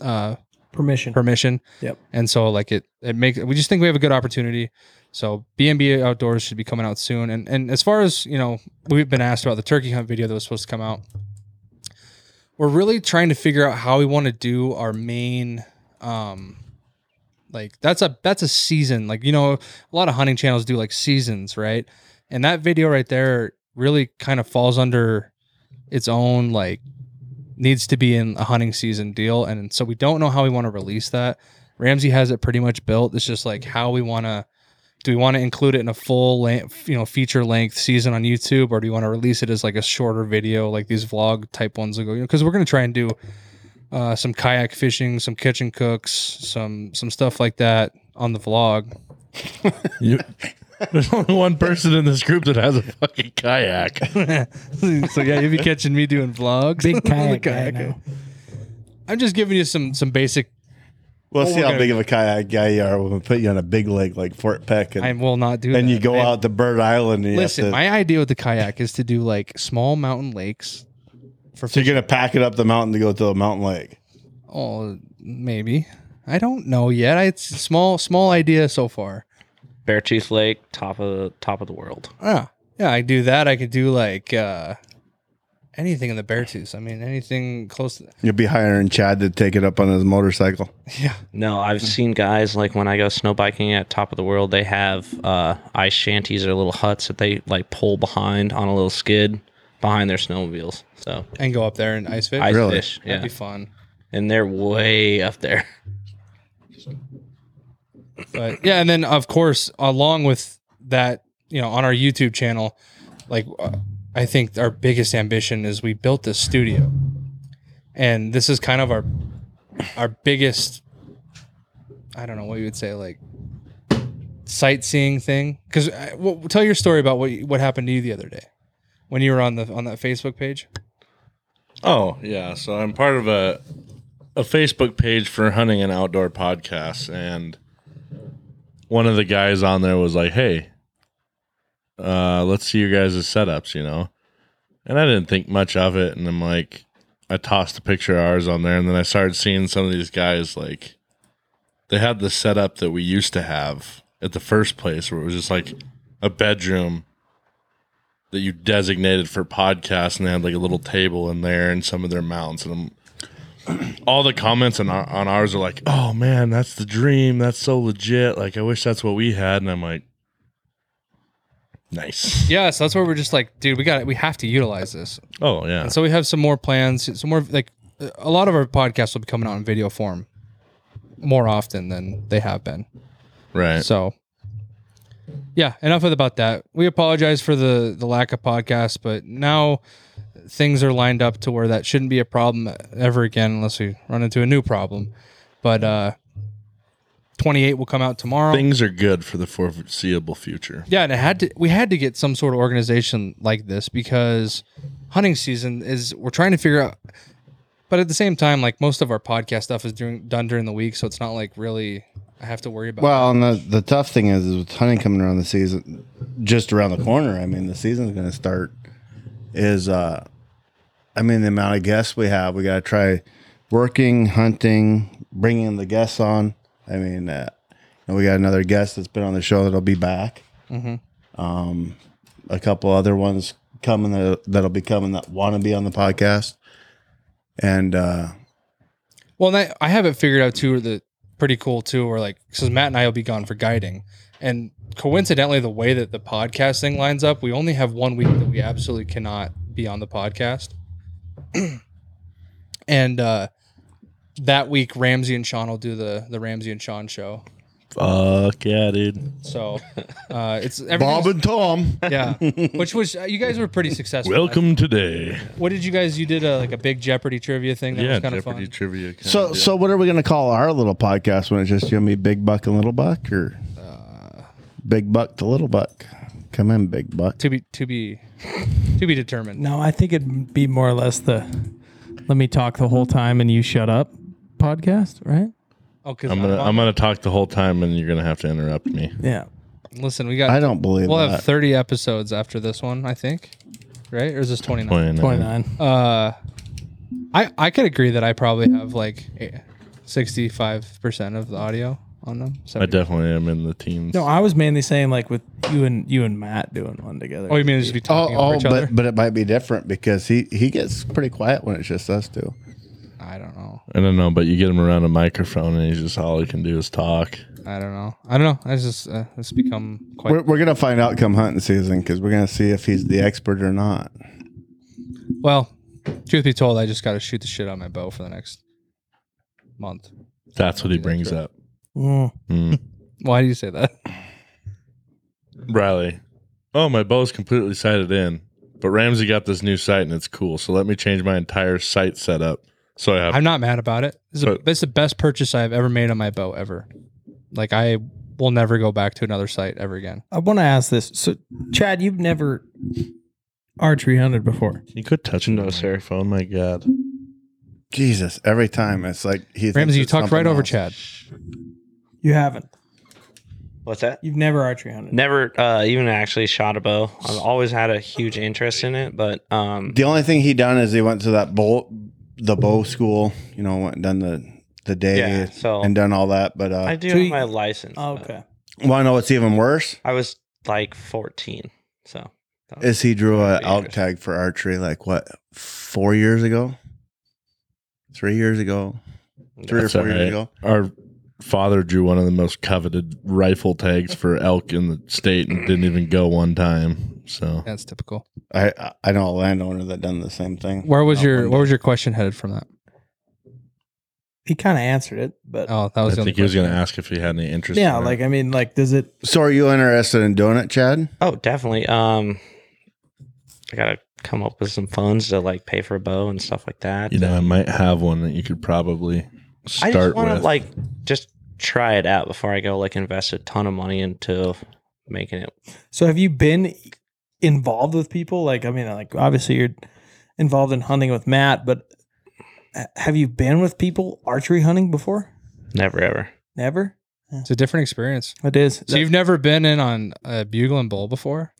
uh Permission. permission Yep. and so like it it makes we just think we have a good opportunity so bnb outdoors should be coming out soon and and as far as you know we've been asked about the turkey hunt video that was supposed to come out we're really trying to figure out how we want to do our main um like that's a that's a season like you know a lot of hunting channels do like seasons right and that video right there really kind of falls under its own like needs to be in a hunting season deal and so we don't know how we want to release that ramsey has it pretty much built it's just like how we want to do we want to include it in a full length you know feature length season on youtube or do you want to release it as like a shorter video like these vlog type ones that go you know because we're going to try and do uh, some kayak fishing some kitchen cooks some some stuff like that on the vlog You, there's only one person in this group that has a fucking kayak. so yeah you'll be catching me doing vlogs Big The kayak guy kayaker. now. i'm just giving you some some basic We'll see we're how gonna- big of a kayak guy you are. We'll put you on a big lake like Fort Peck, and, i will not do and that. you go I- out to Bird Island. And you Listen, have to, my idea with the kayak is to do like small mountain lakes for so fishing. you're gonna pack it up the mountain to go to a mountain lake. oh, maybe. I don't know yet. I, it's a small, small idea so far. Beartooth Lake, top of the top of the world. Yeah, yeah. I do that. I could do like uh, anything in the bear tooth. I mean, anything close. To, You'll be hiring Chad to take it up on his motorcycle. yeah, No, I've seen guys like when I go snow biking at Top of the World, they have uh, ice shanties or little huts that they like pull behind on a little skid behind their snowmobiles. So and go up there and ice fish. ice Really? fish, That'd yeah, be fun. and they're way up there. but yeah, and then of course, along with that, you know, on our YouTube channel, like uh, I think our biggest ambition is we built this studio, and this is kind of our our biggest, I don't know what you would say, like sightseeing thing. Because w- tell your story about what you- what happened to you the other day when you were on the on that Facebook page. Oh yeah, so I'm part of a a Facebook page for hunting and outdoor podcasts, and one of the guys on there was like, "Hey, uh, let's see your guys' setups," you know. And I didn't think much of it, and I'm like, I tossed a picture of ours on there, and then I started seeing some of these guys like, they had the setup that we used to have at the first place, where it was just like a bedroom that you designated for podcasts, and they had like a little table in there and some of their mounts. And I'm, all the comments on, our, on ours are like, "Oh man, that's the dream. That's so legit. Like, I wish that's what we had." And I'm like, "Nice. Yeah, so that's where we're just like, dude, we got we have to utilize this. Oh yeah, And so we have some more plans, some more like a lot of our podcasts will be coming out in video form more often than they have been. right." So yeah, enough with about that. We apologize for the the lack of podcasts, but now things are lined up to where that shouldn't be a problem ever again unless we run into a new problem. But uh 28 will come out tomorrow. Things are good for the foreseeable future. Yeah, and it had to. We had to get some sort of organization like this because hunting season is. We're trying to figure out, but at the same time, like most of our podcast stuff is doing done during the week, so it's not like really I have to worry about. Well, and the, the tough thing is, is with hunting coming around the season, just around the corner. I mean, the season's going to start. Is uh, I mean, the amount of guests we have, we got to try working, hunting, bringing the guests on. I mean, uh, and we got another guest that's been on the show that'll be back. Mhm. Um, a couple other ones coming that, that'll be coming that want to be on the podcast, and uh, Well, and I, I have it figured out too. That pretty cool too. Where like, because Matt and I will be gone for guiding, and coincidentally, the way that the podcast thing lines up, we only have one week that we absolutely cannot be on the podcast, and uh, that week Ramsey and Sean will do the the Ramsey and Sean show. Fuck yeah, dude. So uh, it's Bob everything. and Tom. Yeah, which was uh, you guys were pretty successful. Welcome today. What did you guys? You did a, like a big Jeopardy trivia thing. That yeah, was kind of Jeopardy fun. trivia. kinda So, deal. so what are we gonna call our little podcast when it's just you and me, Big Buck and Little Buck, or Uh, Big Buck to Little Buck? Come in, Big Buck. to be to be to be determined. No, I think it'd be more or less the let me talk the whole time and you shut up podcast, right? Oh, because I'm gonna I'm gonna talk the whole time, and you're gonna have to interrupt me. Yeah. listen. We I got don't believe we'll have that. 30 episodes after this one, I think. Right? Or is this 29? 29. 29. Uh, I I could agree that I probably have like eh, 65% of the audio on them. I 70. definitely am in the teens. No, I was mainly saying like with you and you and Matt doing one together. Oh, you mean just be Oh, talking over oh each other? but but it might be different because he he gets pretty quiet when it's just us two. I don't know. I don't know, but you get him around a microphone, and he's just all he can do is talk. I don't know. I don't know. I just uh, it's become quite. We're, we're gonna find out come hunting season because we're gonna see if he's the expert or not. well, truth be told, I just got to shoot the shit on my bow for the next month. That's what he brings up. Mm. Mm. Why do you say that? Riley, oh my bow's completely sighted in, but Ramsey got this new sight and it's cool. So let me change my entire sight setup. So I have I'm not mad about it. This is, a, But- this is the best purchase I've ever made on my bow ever. Like I will never go back to another site ever again. I want to ask this. So, Chad, you've never archery hunted before. Can you could touch No, no, sir. sir. Oh my god. Jesus, every time it's like he. thinks Ramsey, you it's talked right something over else. Chad. You haven't. What's that? You've never archery hunted. Never uh, even actually shot a bow. I've always had a huge interest in it, but um, The only thing he done is he went to that bowl, the bow school. You know, went and done the the day yeah. So and done all that. But uh, I do So have you- my license. Oh, but okay. want to know what's even worse? I was like 14, so that was- Is he drew a That'd be elk interesting. tag for archery like what four years ago, three years ago, three That's or all four years right. ago? Our father drew one of the most coveted rifle tags for elk in the state and didn't even go one time. So That's typical. I I- I know a landowner that done the same thing. Where was Not your one where was your question headed from that? He kind of answered it, but Oh, that I was the only think he was question. going to ask if he had any interest. yeah, in it. like I mean, like, does it? So are you interested in doing it, Chad? Oh, definitely. Um, I gotta come up with some funds to like pay for a bow and stuff like that. you know, I might have one that you could probably I start just want to with. like just try it out before I go like invest a ton of money into making it. So, have you been involved with people? Like, I mean, like obviously you're involved in hunting with Matt, but ha- have you been with people archery hunting before? Never ever. Never. It's a different experience. It is. So you've never been in on a bugle and bowl before?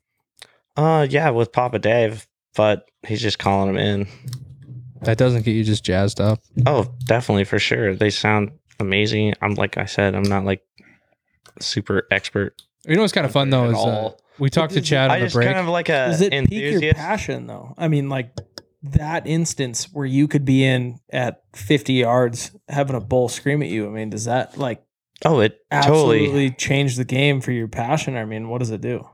Uh, yeah, with Papa Dave, but he's just calling him in. That doesn't get you just jazzed up. Oh, definitely for sure. They sound amazing. I'm like I said, I'm not like super expert. You know what's kind of fun though At is uh, all. we talked to Chad I on the just break. kind of like a Does it pique your uh, enthusiast. passion though? I mean, like that instance where you could be in at 50 yards having a bull scream at you. I mean, does that like oh, it absolutely totally. change the game for your passion? I mean, what does it do?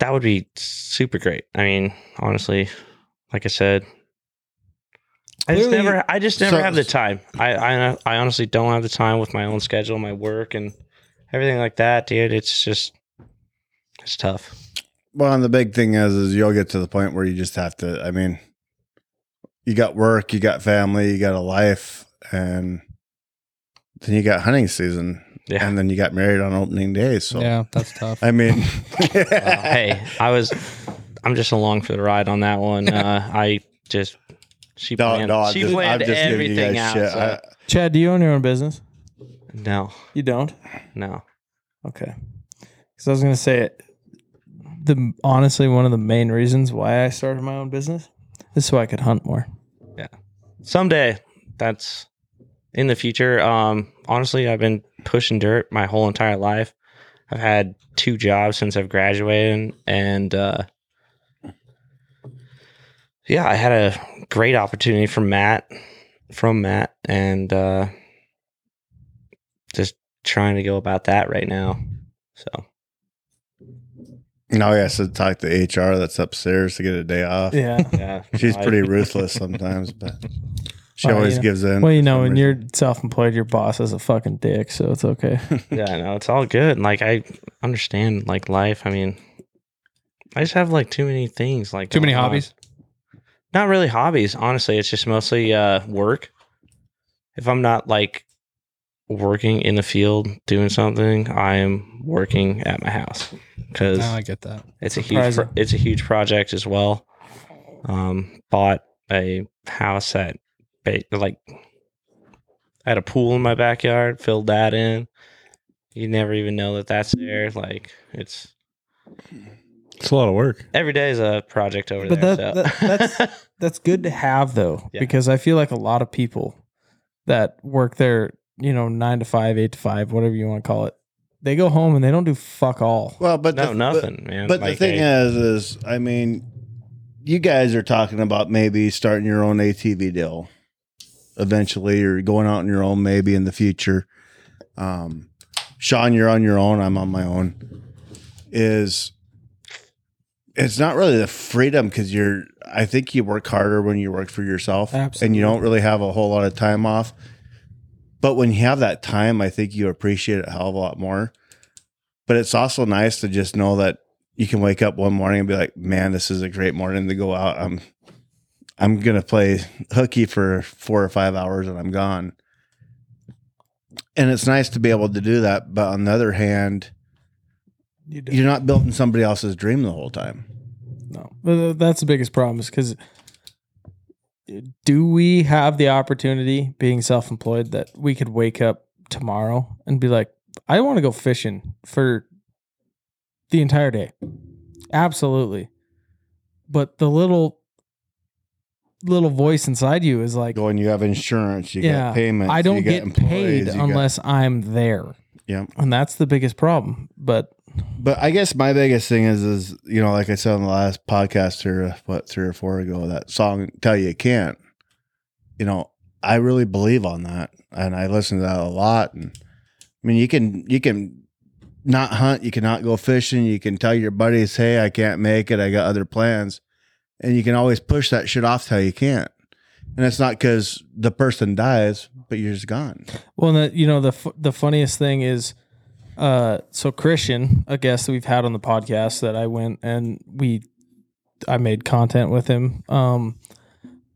That would be super great. I mean, honestly, like I said, I just Clearly- never, I just never So- have the time. I, I, I honestly don't have the time with my own schedule, my work, and everything like that, dude. It's just, it's tough. Well, and the big thing is, is you'll get to the point where you just have to. I mean, you got work, you got family, you got a life, and then you got hunting season, Yeah. and then you got married on opening day. So, yeah, that's tough. I mean, Well, Uh, hey, I was, I'm just along for the ride on that one. Uh, I just, she no, planned, no, I'm she just- I'm planned just giving you everything guys out. shit. so- I- Chad, do you own your own business? no, You don't? no. Okay. Because I was going to say it. The honestly, one of the main reasons why I started my own business is so I could hunt more. someday that's in the future um honestly i've been pushing dirt my whole entire life i've had two jobs since i've graduated and uh yeah i had a great opportunity from matt from matt and uh just trying to go about that right now. So No, yeah, so talk to HR that's upstairs to get a day off. Yeah. yeah, She's I- pretty ruthless sometimes, but she Well, always yeah. gives in. Well, you for know, some when reason. you're self-employed, your boss is a fucking dick, so it's okay. yeah, no, it's all good. Like I understand like life. I mean, I just have like too many things like Too many going on. hobbies. Not really hobbies, honestly. It's just mostly uh work. If I'm not like working in the field doing something, I am working at my house because No, I get that. it's a huge pro- Surprising. it's a huge project as well. Um, bought a house at ba- like I had a pool in my backyard, filled that in. You never even know that that's there. Like it's It's a lot of work. every day is a project over But there. that- so. that- that's- That's good to have though, Yeah. because I feel like a lot of people that work their, you know, nine to five, eight to five, whatever you want to call it, they go home and they don't do fuck all. well, but no the- nothing, man. But, but the Like, thing they- is, is I mean, you guys are talking about maybe starting your own ATV deal eventually, or going out on your own maybe in the future. Um, Sean, you're on your own. I'm on my own. Is it's not really the freedom because you're. I think you work harder when you work for yourself, and Absolutely. you don't really have a whole lot of time off. But when you have that time, I think you appreciate it a hell of a lot more. But it's also nice to just know that you can wake up one morning and be like, "Man, this is a great morning to go out. I'm, I'm gonna play hooky for four or five hours and I'm gone." And it's nice to be able to do that. But on the other hand, You you're not building somebody else's dream the whole time. No, Th- that's the biggest problem is because do we have the opportunity, being self employed, that we could wake up tomorrow and be like, I want to go fishing for the entire day? Absolutely. But the little, little voice inside you is like, Going, you have insurance, you Yeah, got payments. I don't you got get paid you got- unless I'm there. Yep. And that's the biggest problem. But But I guess my biggest thing is, is you know, like I said on the last podcast or what three or four ago, that song "Tell You Can't." You know, I really believe on that, and I listen to that a lot. And I mean, you can you can not hunt, you cannot go fishing, you can tell your buddies, "Hey, I can't make it, I got other plans," and you can always push that shit off till you can't. And it's not because the person dies, but you're just gone. Well, and the, you know the fu- the funniest thing is, uh, so Christian, a guest that we've had on the podcast that I went and we, I made content with him, um,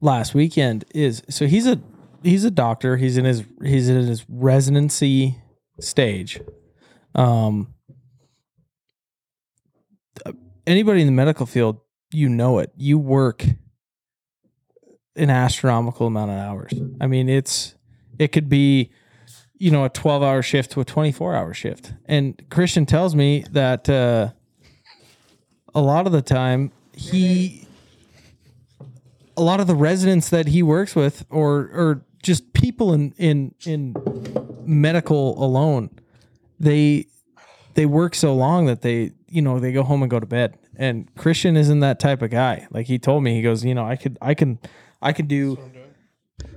last weekend is so he's a he's a doctor. He's in his he's in his residency stage. Um, anybody in the medical field, you know it. You work an astronomical amount of hours. I mean, it's it could be you know a 12 hour shift to a 24 hour shift and christian tells me that uh, a lot of the time he a lot of the residents that he works with or or just people in in in medical alone they they work so long that they you know they go home and go to bed and christian isn't that type of guy like he told me he goes you know i could i can i could do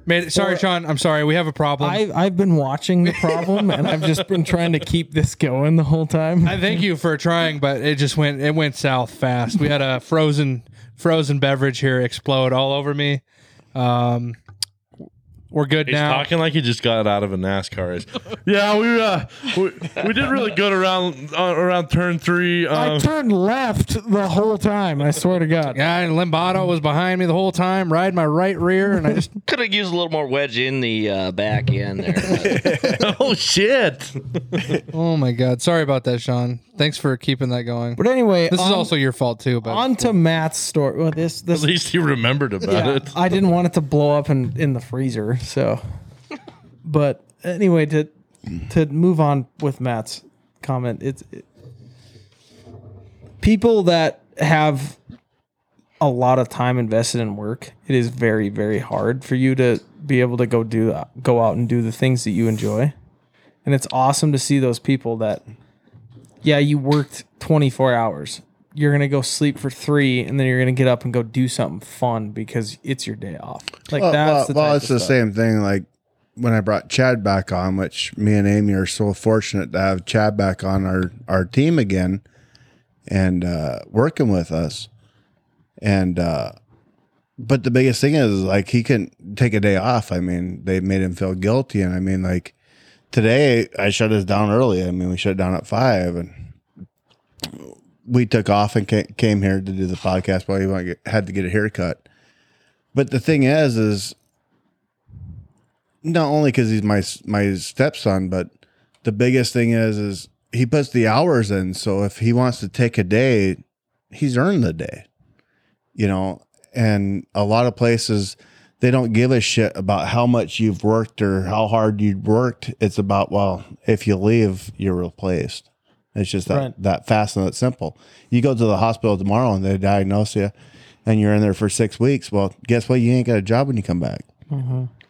Man, sorry, Sean. I'm sorry. We have a problem. I, I've, I've been watching the problem and I've just been trying to keep this going the whole time. thank you for trying, but it just went it went south fast. We had a frozen frozen beverage here explode all over me. Um, we're good He's now. talking like he just got out of a NASCAR race. yeah, we, uh, we we did really good around uh, around turn three. I Um, turned left the whole time. I swear to God. Yeah, and Lombardo was behind me the whole time, riding my right rear, and I just Could have used a little more wedge in the uh, back end there. but- oh shit! oh my god, sorry about that, Sean. Thanks for keeping that going. But anyway, This is on- also your fault too, but Um, on to Matt's story. Well, this At this least he remembered about yeah, it. I didn't want it to blow up in, in the freezer. So, but anyway, to to move on with Matt's comment, it's it- people that have a lot of time invested in work. It is very very hard for you to be able to go do go out and do the things that you enjoy, and it's awesome to see those people that. Yeah, you worked 24 hours you're gonna go sleep for three and then you're gonna get up and go do something fun because it's your day off like well, that's well, the well, type it's of the stuff. same thing. Like when I brought Chad back on, which me and Amy are so fortunate to have Chad back on our our team again and uh, working with us. And uh, but the biggest thing is like he couldn't take a day off. I mean, they made him feel guilty, and I mean like today I shut us down early. I mean, we shut down at five, and we took off and ca- came here to do the podcast while you had to get a haircut. But the thing is, is not only because he's my my stepson, but the biggest thing is is he puts the hours in. So if he wants to take a day, he's earned the day, you know. And a lot of places they don't give a shit about how much you've worked or how hard you worked. It's about well, if you leave, you're replaced. It's just that Right. that fast and that simple. You go to the hospital tomorrow and they diagnose you, and you're in there for six weeks. Well, guess what? You ain't got a job when you come back.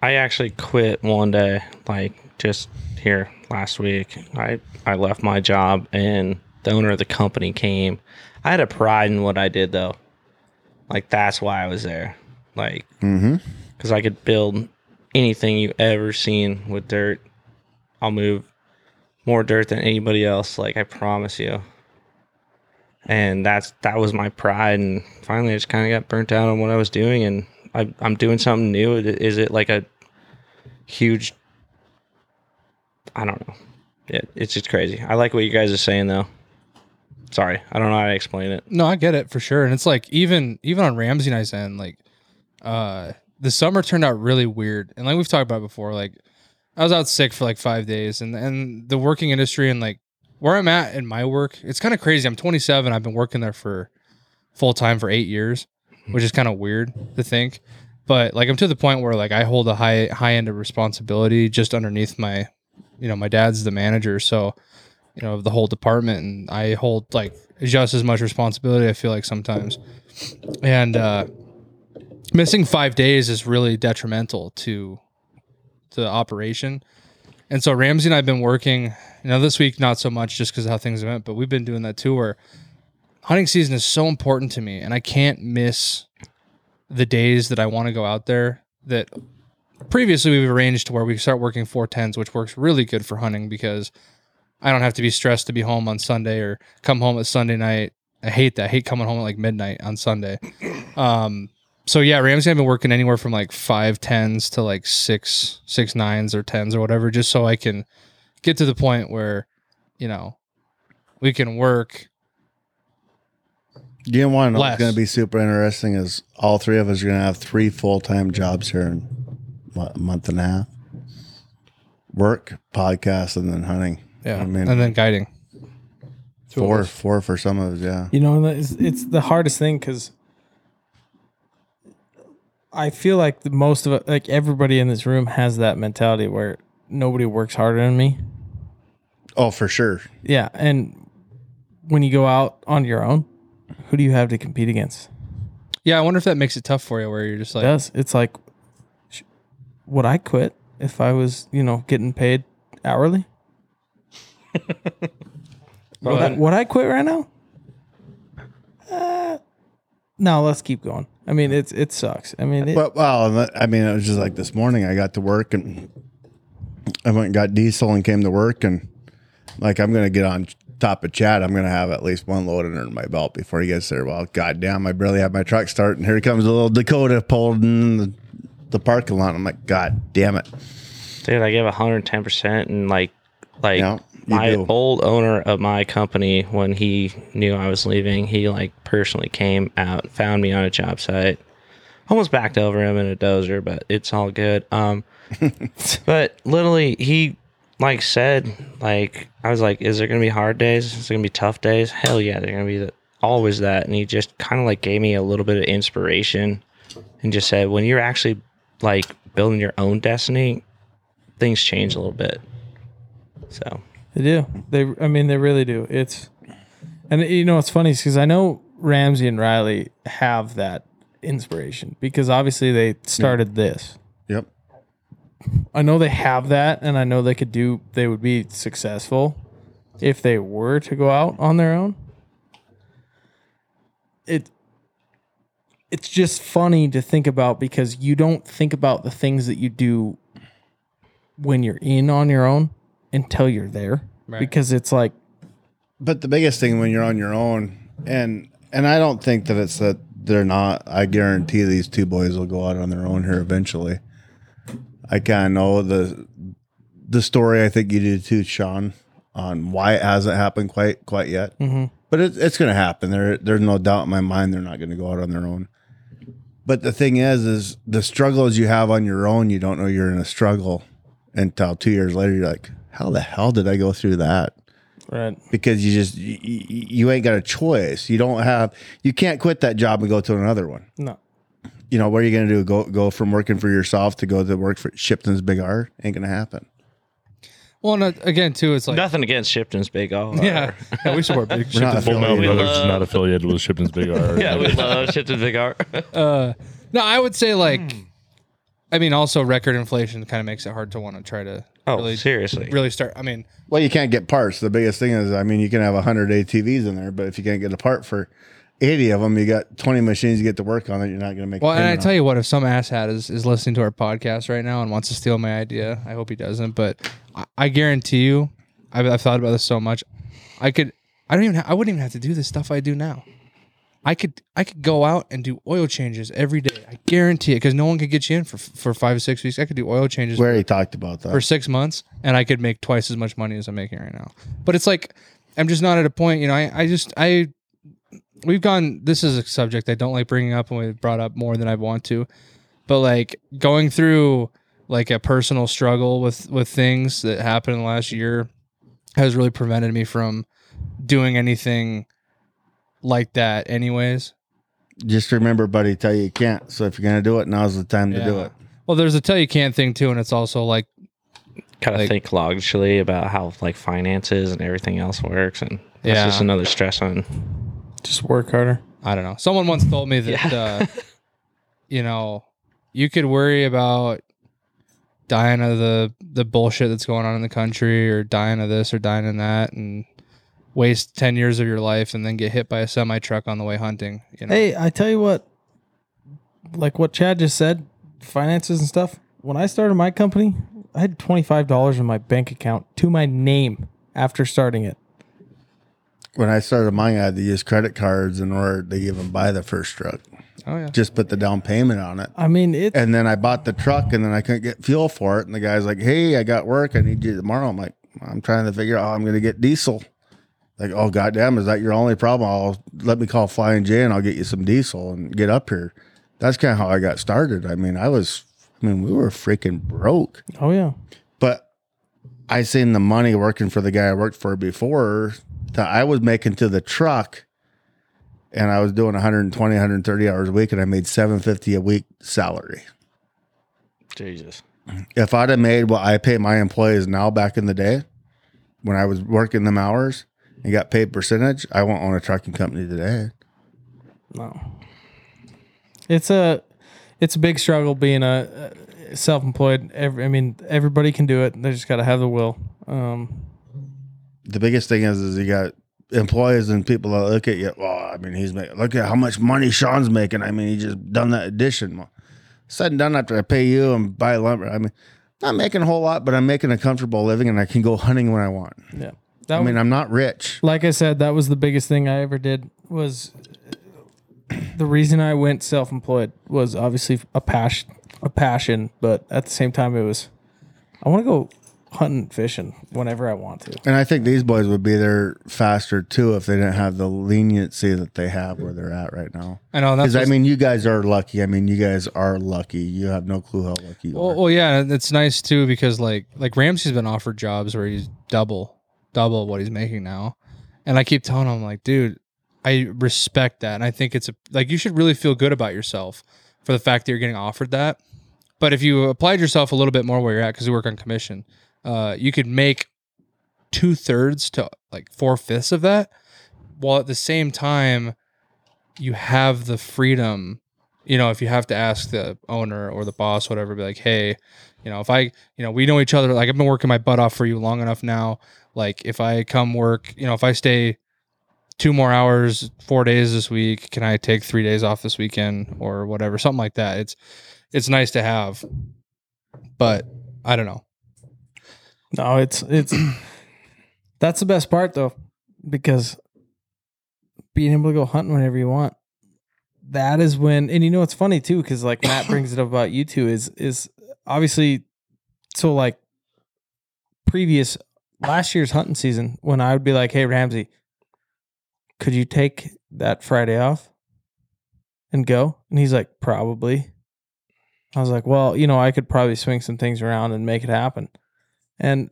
I actually quit one day, like just here last week. I I left my job, and the owner of the company came. I had a pride in what I did, though. Like that's why I was there. Like, Mm-hmm. because I could build anything you ever seen with dirt. I'll move more dirt than anybody else. Like I promise you. And that's that was my pride, and finally I just kind of got burnt out on what I was doing, and I, I'm doing something new. Is it like a huge? I don't know. It, it's just crazy. I like what you guys are saying though. Sorry, I don't know how to explain it. No, I get it for sure. And it's like even even on Ramsey and I's end, like uh the summer turned out really weird. And like we've talked about before, like I was out sick for like five days and and the working industry and like where I'm at in my work, it's kind of crazy. I'm 27. I've been working there for full time for eight years, which is kind of weird to think. But like I'm to the point where like I hold a high high end of responsibility just underneath my, you know, my dad's the manager, so you know, of the whole department and I hold like just as much responsibility, I feel like sometimes. And uh missing five days is really detrimental to the operation. And so Ramsey and I have been working, you know, this week not so much just because of how things went, but we've been doing that too where hunting season is so important to me and I can't miss the days that I want to go out there that previously we've arranged to where we start working 410s, which works really good for hunting because I don't have to be stressed to be home on Sunday or come home at Sunday night. I hate that. I hate coming home at like midnight on Sunday. Um, so yeah, Ramsey I've been working anywhere from like five tens to like six six nines or tens or whatever, just so I can get to the point where, you know, we can work. You want to know Less. what's going to be super interesting is all three of us are going to have three full time jobs here in what, a month and a half. Work, podcast, and then hunting. Yeah. I mean, and then guiding. four, four for some of us. Yeah, You know, it's, it's the hardest thing because I feel like the most of like everybody in this room has that mentality where nobody works harder than me. oh for sure. Yeah, and when you go out on your own, who do you have to compete against? Yeah, I wonder if that makes it tough for you where you're just It like does. It's like, sh- would I quit if I was, you know, getting paid hourly? Well, would, I, would I quit right now? Uh, no, let's keep going. I mean, it's it sucks. I mean, it, But well, and that- I mean, it was just like this morning. I got to work and I went and got diesel and came to work and like I'm gonna get on top of Chad. I'm gonna have at least one load under my belt before he gets there. Well, goddamn, I barely have my truck started, and here comes a little Dakota pulled in the, the parking lot. I'm like, God damn it! Dude, I gave 110% and like like Yeah, you my do. old owner of my company when he knew I was leaving, he like personally came out, found me on a job site. Almost backed over him in a dozer, but it's all good. Um but literally he like said like I was like is there going to be hard days? Is there going to be tough days? Hell yeah, they're going to be the, always that. And he just kind of like gave me a little bit of inspiration and just said when you're actually like building your own destiny, things change a little bit. So They do. They, I mean, they really do. It's, and you know, it's funny because I know Ramsey and Riley have that inspiration because obviously they started this. Yep. I know they have that, and I know they could do. They would be successful if they were to go out on their own. It, it's just funny to think about because you don't think about the things that you do when you're in on your own until you're there Right. because it's like But the biggest thing when you're on your own, and and I don't think that it's that they're not. I guarantee these two boys will go out on their own here eventually. I kind of know the the story. I think you do too, Sean, on why it hasn't happened quite quite yet. Mhm. But it, it's going to happen. There, there's no doubt in my mind. They're not going to go out on their own. But the thing is, is the struggles you have on your own, you don't know you're in a struggle until two years later. You're like, how the hell did I go through that? right because you just you, you ain't got a choice. You don't have you can't quit that job and go to another one. No. You know what are you going to do? Go go from working for yourself to go to work for Shipton's Big R? Ain't going to happen. Well, no, again, too, it's like Nothing against Shipton's big R. yeah, yeah, we support big We're not Full Metal affiliated. Brothers love- is not affiliated with Shipton's Big R. yeah, we love Shipton's big R. Uh, no, I would say like, Hmm. I mean, also record inflation kind of makes it hard to want to try to Oh, really, seriously. really start. I mean, Well, you can't get parts. The biggest thing is, I mean, you can have hundred ATVs in there, but if you can't get a part for eighty of them, you got twenty machines you get to work on that you're not going to make. well, and I tell you what, if some asshat is is listening to our podcast right now and wants to steal my idea, I hope he doesn't. But I, I guarantee you, I've, I've thought about this so much, I could, I don't even, ha- I wouldn't even have to do the stuff I do now. I could, I could go out and do oil changes every day. I guarantee it because no one could get you in for for five or six weeks. I could do oil changes we already talked about that. for six months and I could make twice as much money as I'm making right now. But it's like I'm just not at a point. You know, I, I just I we've gone. This is a subject I don't like bringing up, and we've brought up more than I want to. But like going through like a personal struggle with with things that happened in the last year has really prevented me from doing anything like that. Anyways, Just remember, buddy, tell you you can't. So if you're going to do it, now's the time to do Yeah. it. well, there's a tell you can't thing too, and it's also like Kind of Like- think logically about how like finances and everything else works, and that's Yeah. just another stress on. just work harder I don't know. Someone once told me that, uh, you know, you could worry about dying of the the bullshit that's going on in the country, or dying of this, or dying of that, and waste ten years of your life, and then get hit by a semi truck on the way hunting. You know, Hey, I tell you what, like what Chad just said, finances and stuff. When I started my company, I had twenty five dollars in my bank account to my name after starting it. When I started mine, I had to use credit cards in order to even buy the first truck. oh yeah, just put the down payment on it. I mean, it. And then I bought the truck and then I couldn't get fuel for it. And the guy's like, Hey, I got work. I need you tomorrow. I'm like, I'm trying to figure out how I'm going to get diesel. Like, oh, goddamn, is that your only problem? I'll let me call Flying J and I'll get you some diesel and get up here. That's kind of how I got started. I mean, I was, I mean, we were freaking broke, oh yeah, but I seen the money working for the guy I worked for before that I was making to the truck and I was doing 120, 130 hours a week, and I made 750 a week salary. Jesus. If I'd have made what I pay my employees now back in the day, when I was working them hours and got paid percentage, I won't own a trucking company today. no. It's a, it's a big struggle being a self employed. Every, I mean, everybody can do it. They just got to have the will. Um, The biggest thing is, is you got employees and people that look at you. Well, I mean, he's making. Look at how much money Sean's making. I mean, he just done that addition. Well, said and done after I pay you and buy lumber. I mean, not making a whole lot, but I'm making a comfortable living, and I can go hunting when I want. that I mean, I'm not rich. like I said, that was the biggest thing I ever did was the reason I went self-employed was obviously a passion, a passion, but at the same time it was I want to go hunting, fishing whenever I want to. And I think these boys would be there faster too if they didn't have the leniency that they have where they're at right now. I know. That's Because I what's- mean, you guys are lucky. I mean, you guys are lucky. You have no clue how lucky you Well, are. well, yeah, and it's nice too because like like Ramsey's been offered jobs where he's double double what he's making now, and I keep telling him like, dude, I respect that, and I think it's a like you should really feel good about yourself for the fact that you're getting offered that. But if you applied yourself a little bit more where you're at, because we work on commission, uh, you could make two thirds to like four fifths of that, while at the same time, you have the freedom you know, if you have to ask the owner or the boss, whatever, be like, hey, you know, if I, you know, we know each other, like I've been working my butt off for you long enough now. Like if I come work, you know, if I stay two more hours, four days this week, can I take three days off this weekend or whatever, something like that. It's, it's nice to have, but I don't know. No, it's it's that's the best part though, because being able to go hunting whenever you want. That is when, and you know it's funny too, because like Matt brings it up about you two is is obviously so like previous last year's hunting season when I would be like, hey Ramsey, could you take that Friday off and go? And he's like, probably. I was like, well, you know, I could probably swing some things around and make it happen. And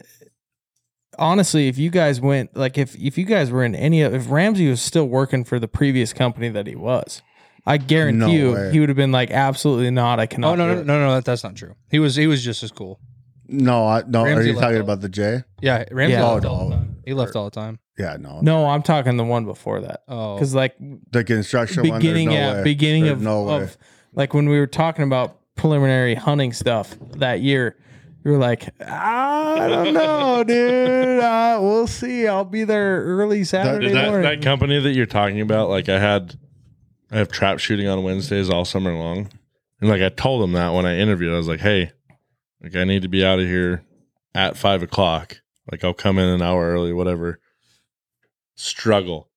honestly, if you guys went like if if you guys were in any of if Ramsey was still working for the previous company that he was, I guarantee No you way. he would have been like, absolutely not. I cannot. Oh no, no, do no, it." no, no, that, that's not true. He was he was just as cool. No, I, no. Ramsey are you left talking out. about the J? Yeah, Ramsey Yeah. left Oh, all the no. time. He left all the time. Yeah, no. No, I'm talking the one before that. Oh, Because like The construction beginning one. at There's no way. beginning There's of, no way. of like when we were talking about preliminary hunting stuff that year, you were like, I don't know, Oh, dude. Uh, we'll see. I'll be there early Saturday Is that, morning. that company that you're talking about, like I had, I have trap shooting on Wednesdays all summer long, and like I told them that when I interviewed, I was like, hey, like I need to be out of here at five o'clock. Like I'll come in an hour early, whatever. Struggle.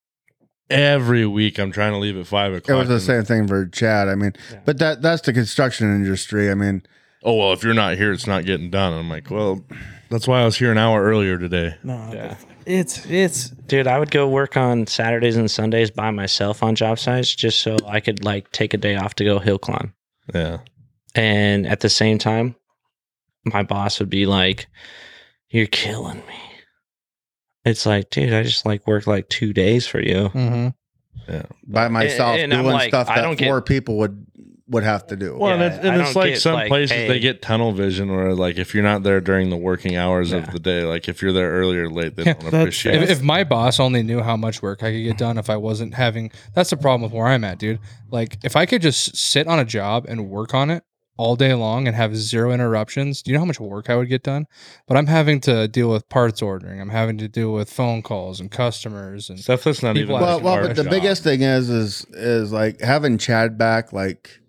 Every week I'm trying to leave at five It o'clock. was the and- same thing for Chad. I mean, Yeah. but that that's the construction industry. I mean, Oh well, if you're not here, it's not getting done. I'm like, well, that's why I was here an hour earlier today. no, it's it's Dude, I would go work on Saturdays and Sundays by myself on job sites just so I could like take a day off to go hill climb. Yeah. And at the same time, my boss would be like, You're killing me. It's like, dude, I just like worked like two days for you. Mm-hmm. mhm. by myself and I'm doing like, stuff I that don't get- four people would would have to do. Well, and Yeah, it's, and I it's don't like get, some like, places they paid. get tunnel vision, where like if you're not there during the working hours Yeah. of the day, like if you're there early or late, they Yeah, don't that's- appreciate. If, it. if my boss only knew how much work I could get done if I wasn't having that's the problem with where I'm at, dude. Like if I could just sit on a job and work on it all day long and have zero interruptions, do you know how much work I would get done? But I'm having to deal with parts ordering. I'm having to deal with phone calls and customers and Stuff that's not People even. are- like well, well our but the job. biggest thing is is is like having Chad back, like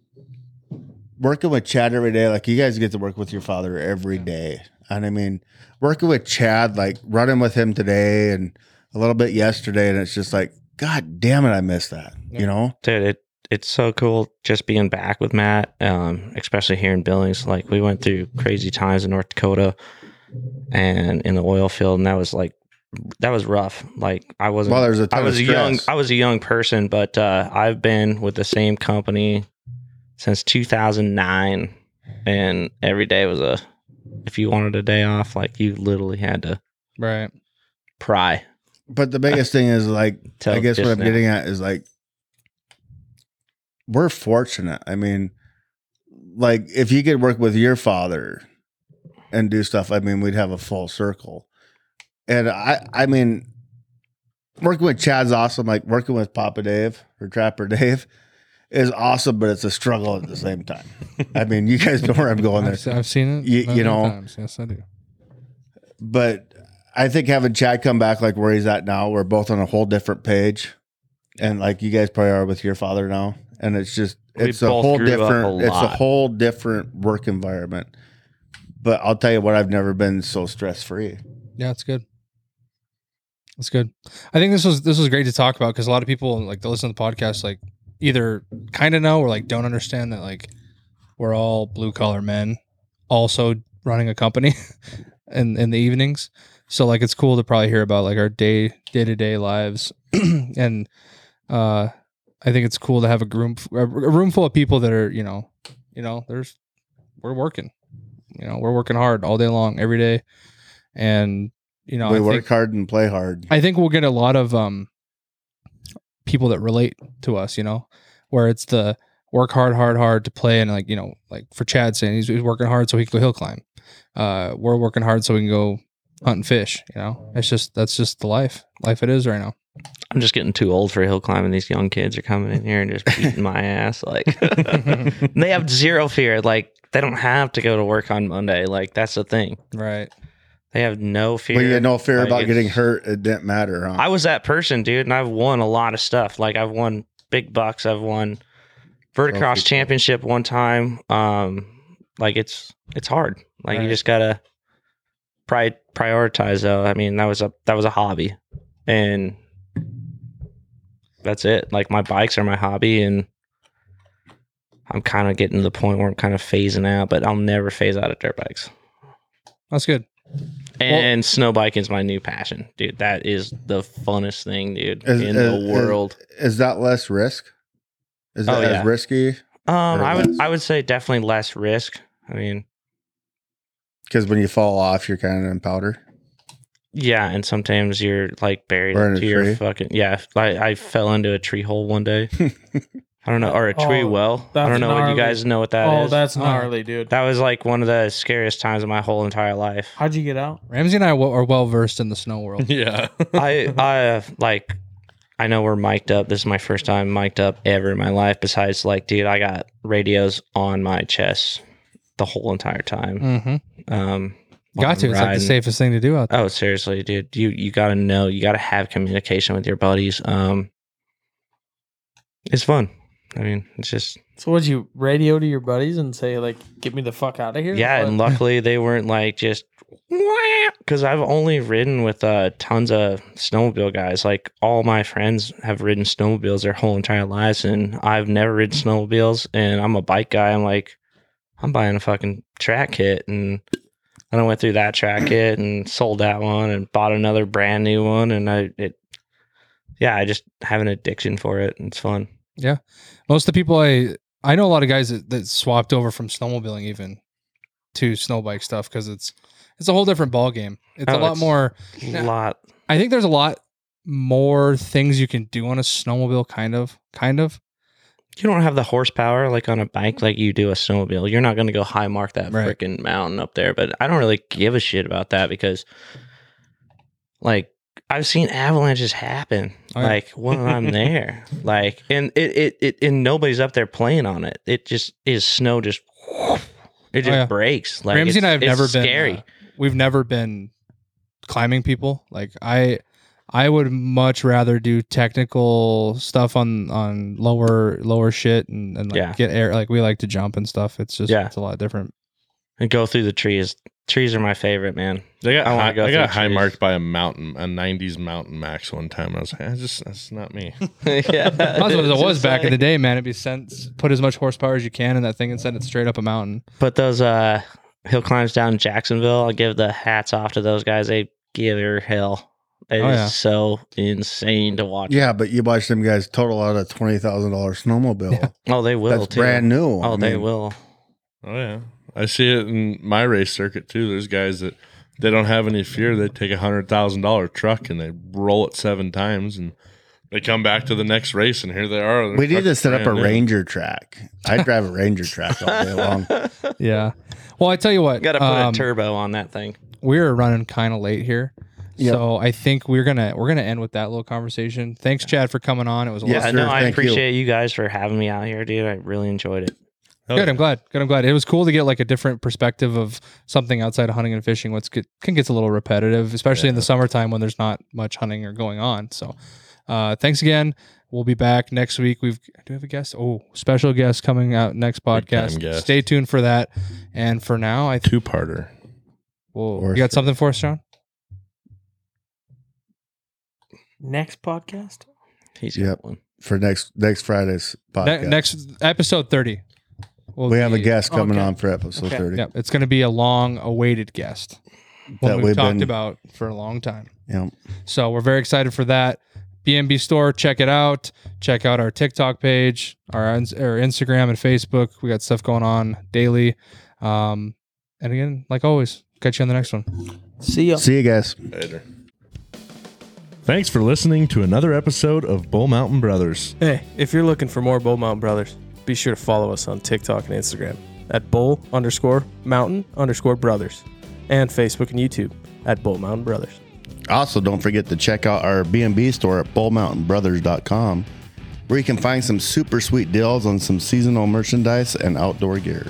working with Chad every day. Like you guys get to work with your father every day, and I mean working with Chad, like running with him today and a little bit yesterday, and it's just like, God damn it, I miss that. Yeah. You know, Dude, it it's so cool just being back with Matt, um, especially here in Billings. Like we went through crazy times in North Dakota and in the oil field, and that was like that was rough. Like I wasn't well, there's a ton I was a of young stress. I was a young person, but uh, I've been with the same company since 2009, and every day was a. If you wanted a day off, like you literally had to right. pry. but the biggest thing is like Till I guess what just I'm now. getting at is like we're fortunate. I mean, like if you could work with your father and do stuff, I mean, we'd have a full circle. And I, I mean, working with Chad's awesome. Like working with Papa Dave or Trapper Dave is awesome, but it's a struggle at the same time. I mean, you guys know where I'm going there I've, se- I've seen it. You- you many know. times. yes, I do. but I think having Chad come back like where he's at now, we're both on a whole different page, and like you guys probably are with your father now, and it's just We it's a both whole grew up a different it's a lot. whole different work environment. But I'll tell you what, I've never been so stress free. Yeah, it's good. It's good. I think this was this was great to talk about because a lot of people like that listen to the podcast like either kind of know or like don't understand that like we're all blue collar men also running a company in in the evenings. So like it's cool to probably hear about like our day day to day lives and uh I think it's cool to have a room a room full of people that are you know you know there's we're working you know we're working hard all day long every day and you know we I work think, hard and play hard. I think we'll get a lot of um people that relate to us, you know, where it's the work hard, hard, hard to play, and like you know, like for Chad saying he's, he's working hard so he can go hill climb. Uh, we're working hard so we can go hunt and fish. You know, it's just that's just the life, life it is right now. I'm just getting too old for hill climbing. These young kids are coming in here and just beating my ass. Like they have zero fear. Like they don't have to go to work on Monday. Like that's the thing. Right. They have no fear. But you had no fear Like, about it's- getting hurt. It didn't matter. Huh? I was that person, dude, and I've won a lot of stuff. Like I've won big bucks. I've won Oh, verticross good. championship one time. Um, like it's it's hard. Like Right. you just gotta pri- prioritize though. I mean, that was a that was a hobby, and that's it. Like my bikes are my hobby, and I'm kind of getting to the point where I'm kind of phasing out, but I'll never phase out of dirt bikes. That's good. And snow biking is my new passion, dude. That is the funnest thing, dude, Is- is- in the world. Is that less risk? Is Oh, that as yeah. risky? um, or I would less? I would say definitely less risk. I mean, Because when you fall off, you're kind of in powder. Yeah, and sometimes you're like buried Or in a into your tree. fucking yeah. Like I fell into a tree hole one day. I don't know, or a tree Oh, well. I that's don't know what you gnarly. guys know what that is. oh, that's Oh. gnarly, dude. that was like one of the scariest times of my whole entire life. How'd you get out? Ramsey and I w- are well versed in the snow world. Yeah. I I uh, like I know we're mic'd up. This is my first time mic'd up ever in my life. Besides, like, dude, I got radios on my chest the whole entire time. Mm-hmm. Um, while Got to. I'm It's like the riding. safest thing to do out there. Oh, seriously, dude. You you gotta know. You gotta have communication with your buddies. Um, it's fun. I mean, it's just So would you radio to your buddies and say like, "Get me the fuck out of here"? yeah. What? And luckily, they weren't like just because I've only ridden with uh tons of snowmobile guys. Like all my friends have ridden snowmobiles their whole entire lives, and I've never ridden snowmobiles. And I'm a bike guy. I'm like, I'm buying a fucking track kit and. And I went through that track kit and sold that one and bought another brand new one and I it yeah, I just have an addiction for it and it's fun. Most of the people I I know a lot of guys that, that swapped over from snowmobiling even to snow bike stuff because it's it's a whole different ball game. It's Oh, a lot it's- more. Yeah. Lot. I think there's a lot more things you can do on a snowmobile. Kind of, kind of. You don't have the horsepower like on a bike like you do a snowmobile. You're not going to go high mark that Right. freaking mountain up there, but I don't really give a shit about that because like I've seen avalanches happen Oh, yeah. like when I'm there. Like and it, it it and nobody's up there playing on it. It just is snow just it just Oh, yeah. breaks. Like Ramsey and I it's- have it's never been scary. uh, we've never been climbing people. Like I I would much rather do technical stuff on on lower lower shit and, and like Yeah. get air like we like to jump and stuff. It's just Yeah. it's a lot different. and go through the trees. Trees are my favorite, man. They got I wanna high, go I got through high trees. marked by a mountain, a '90s mountain max one time. I was like, I just that's not me. yeah, That's what it was back in the day, man. It'd be sent put as much horsepower as you can in that thing and send it straight up a mountain. But those uh, hill climbs down in Jacksonville, I'll give the hats off to those guys. They give their hell. It is Oh, yeah. so insane to watch. Yeah, but you watch them guys total out a twenty thousand dollar snowmobile. Oh, they will That's too. brand new. Oh, I they mean, will. Oh yeah, I see it in my race circuit too. There's guys that they don't have any fear. They take a hundred thousand dollar truck and they roll it seven times, and they come back to the next race, and here they are. Their We need to truck's set up a brand new. ranger track. I drive a ranger track all day long. Yeah. Well, I tell you what, Got to put um, a turbo on that thing. we're running kind of late here. Yep. So I think we're gonna we're gonna end with that little conversation. Thanks, Chad, for coming on. It was a lot Yes, I sir. know. I Thank you. appreciate you. guys for having me out here, dude. I really enjoyed it. Oh. Hell Good. yeah. I'm glad. Good. I'm glad. It was cool to get like a different perspective of something outside of hunting and fishing. What's get, can gets a little repetitive, especially in the summertime when there's not much hunting or going on. So, uh, thanks again. We'll be back next week. We've do we have a guest? Oh, special guest coming out next time podcast. guest. Stay tuned for that. And for now, I think Two parter. we'll, Or you got three. something for us, John. Next podcast. He's Yep. got one. for next next Friday's podcast. Ne- next episode thirty. We'll we have a be- guest coming Okay. on for episode Okay. thirty. Yep, it's going to be a long-awaited guest. One That we've, we've talked been- about for a long time. Yep. So we're very excited for that. BMB store, check it out. Check out our TikTok page, our, ins- our Instagram and Facebook. We got stuff going on daily. Um, and again, like always, catch you on the next one. See ya. See you guys. Later. Thanks for listening to another episode of Bull Mountain Brothers. Hey, if you're looking for more Bull Mountain Brothers, be sure to follow us on TikTok and Instagram at Bull underscore Mountain underscore Brothers, and Facebook and YouTube at Bull Mountain Brothers. Also, don't forget to check out our B&B store at bullmountainbrothers.com where you can find some super sweet deals on some seasonal merchandise and outdoor gear.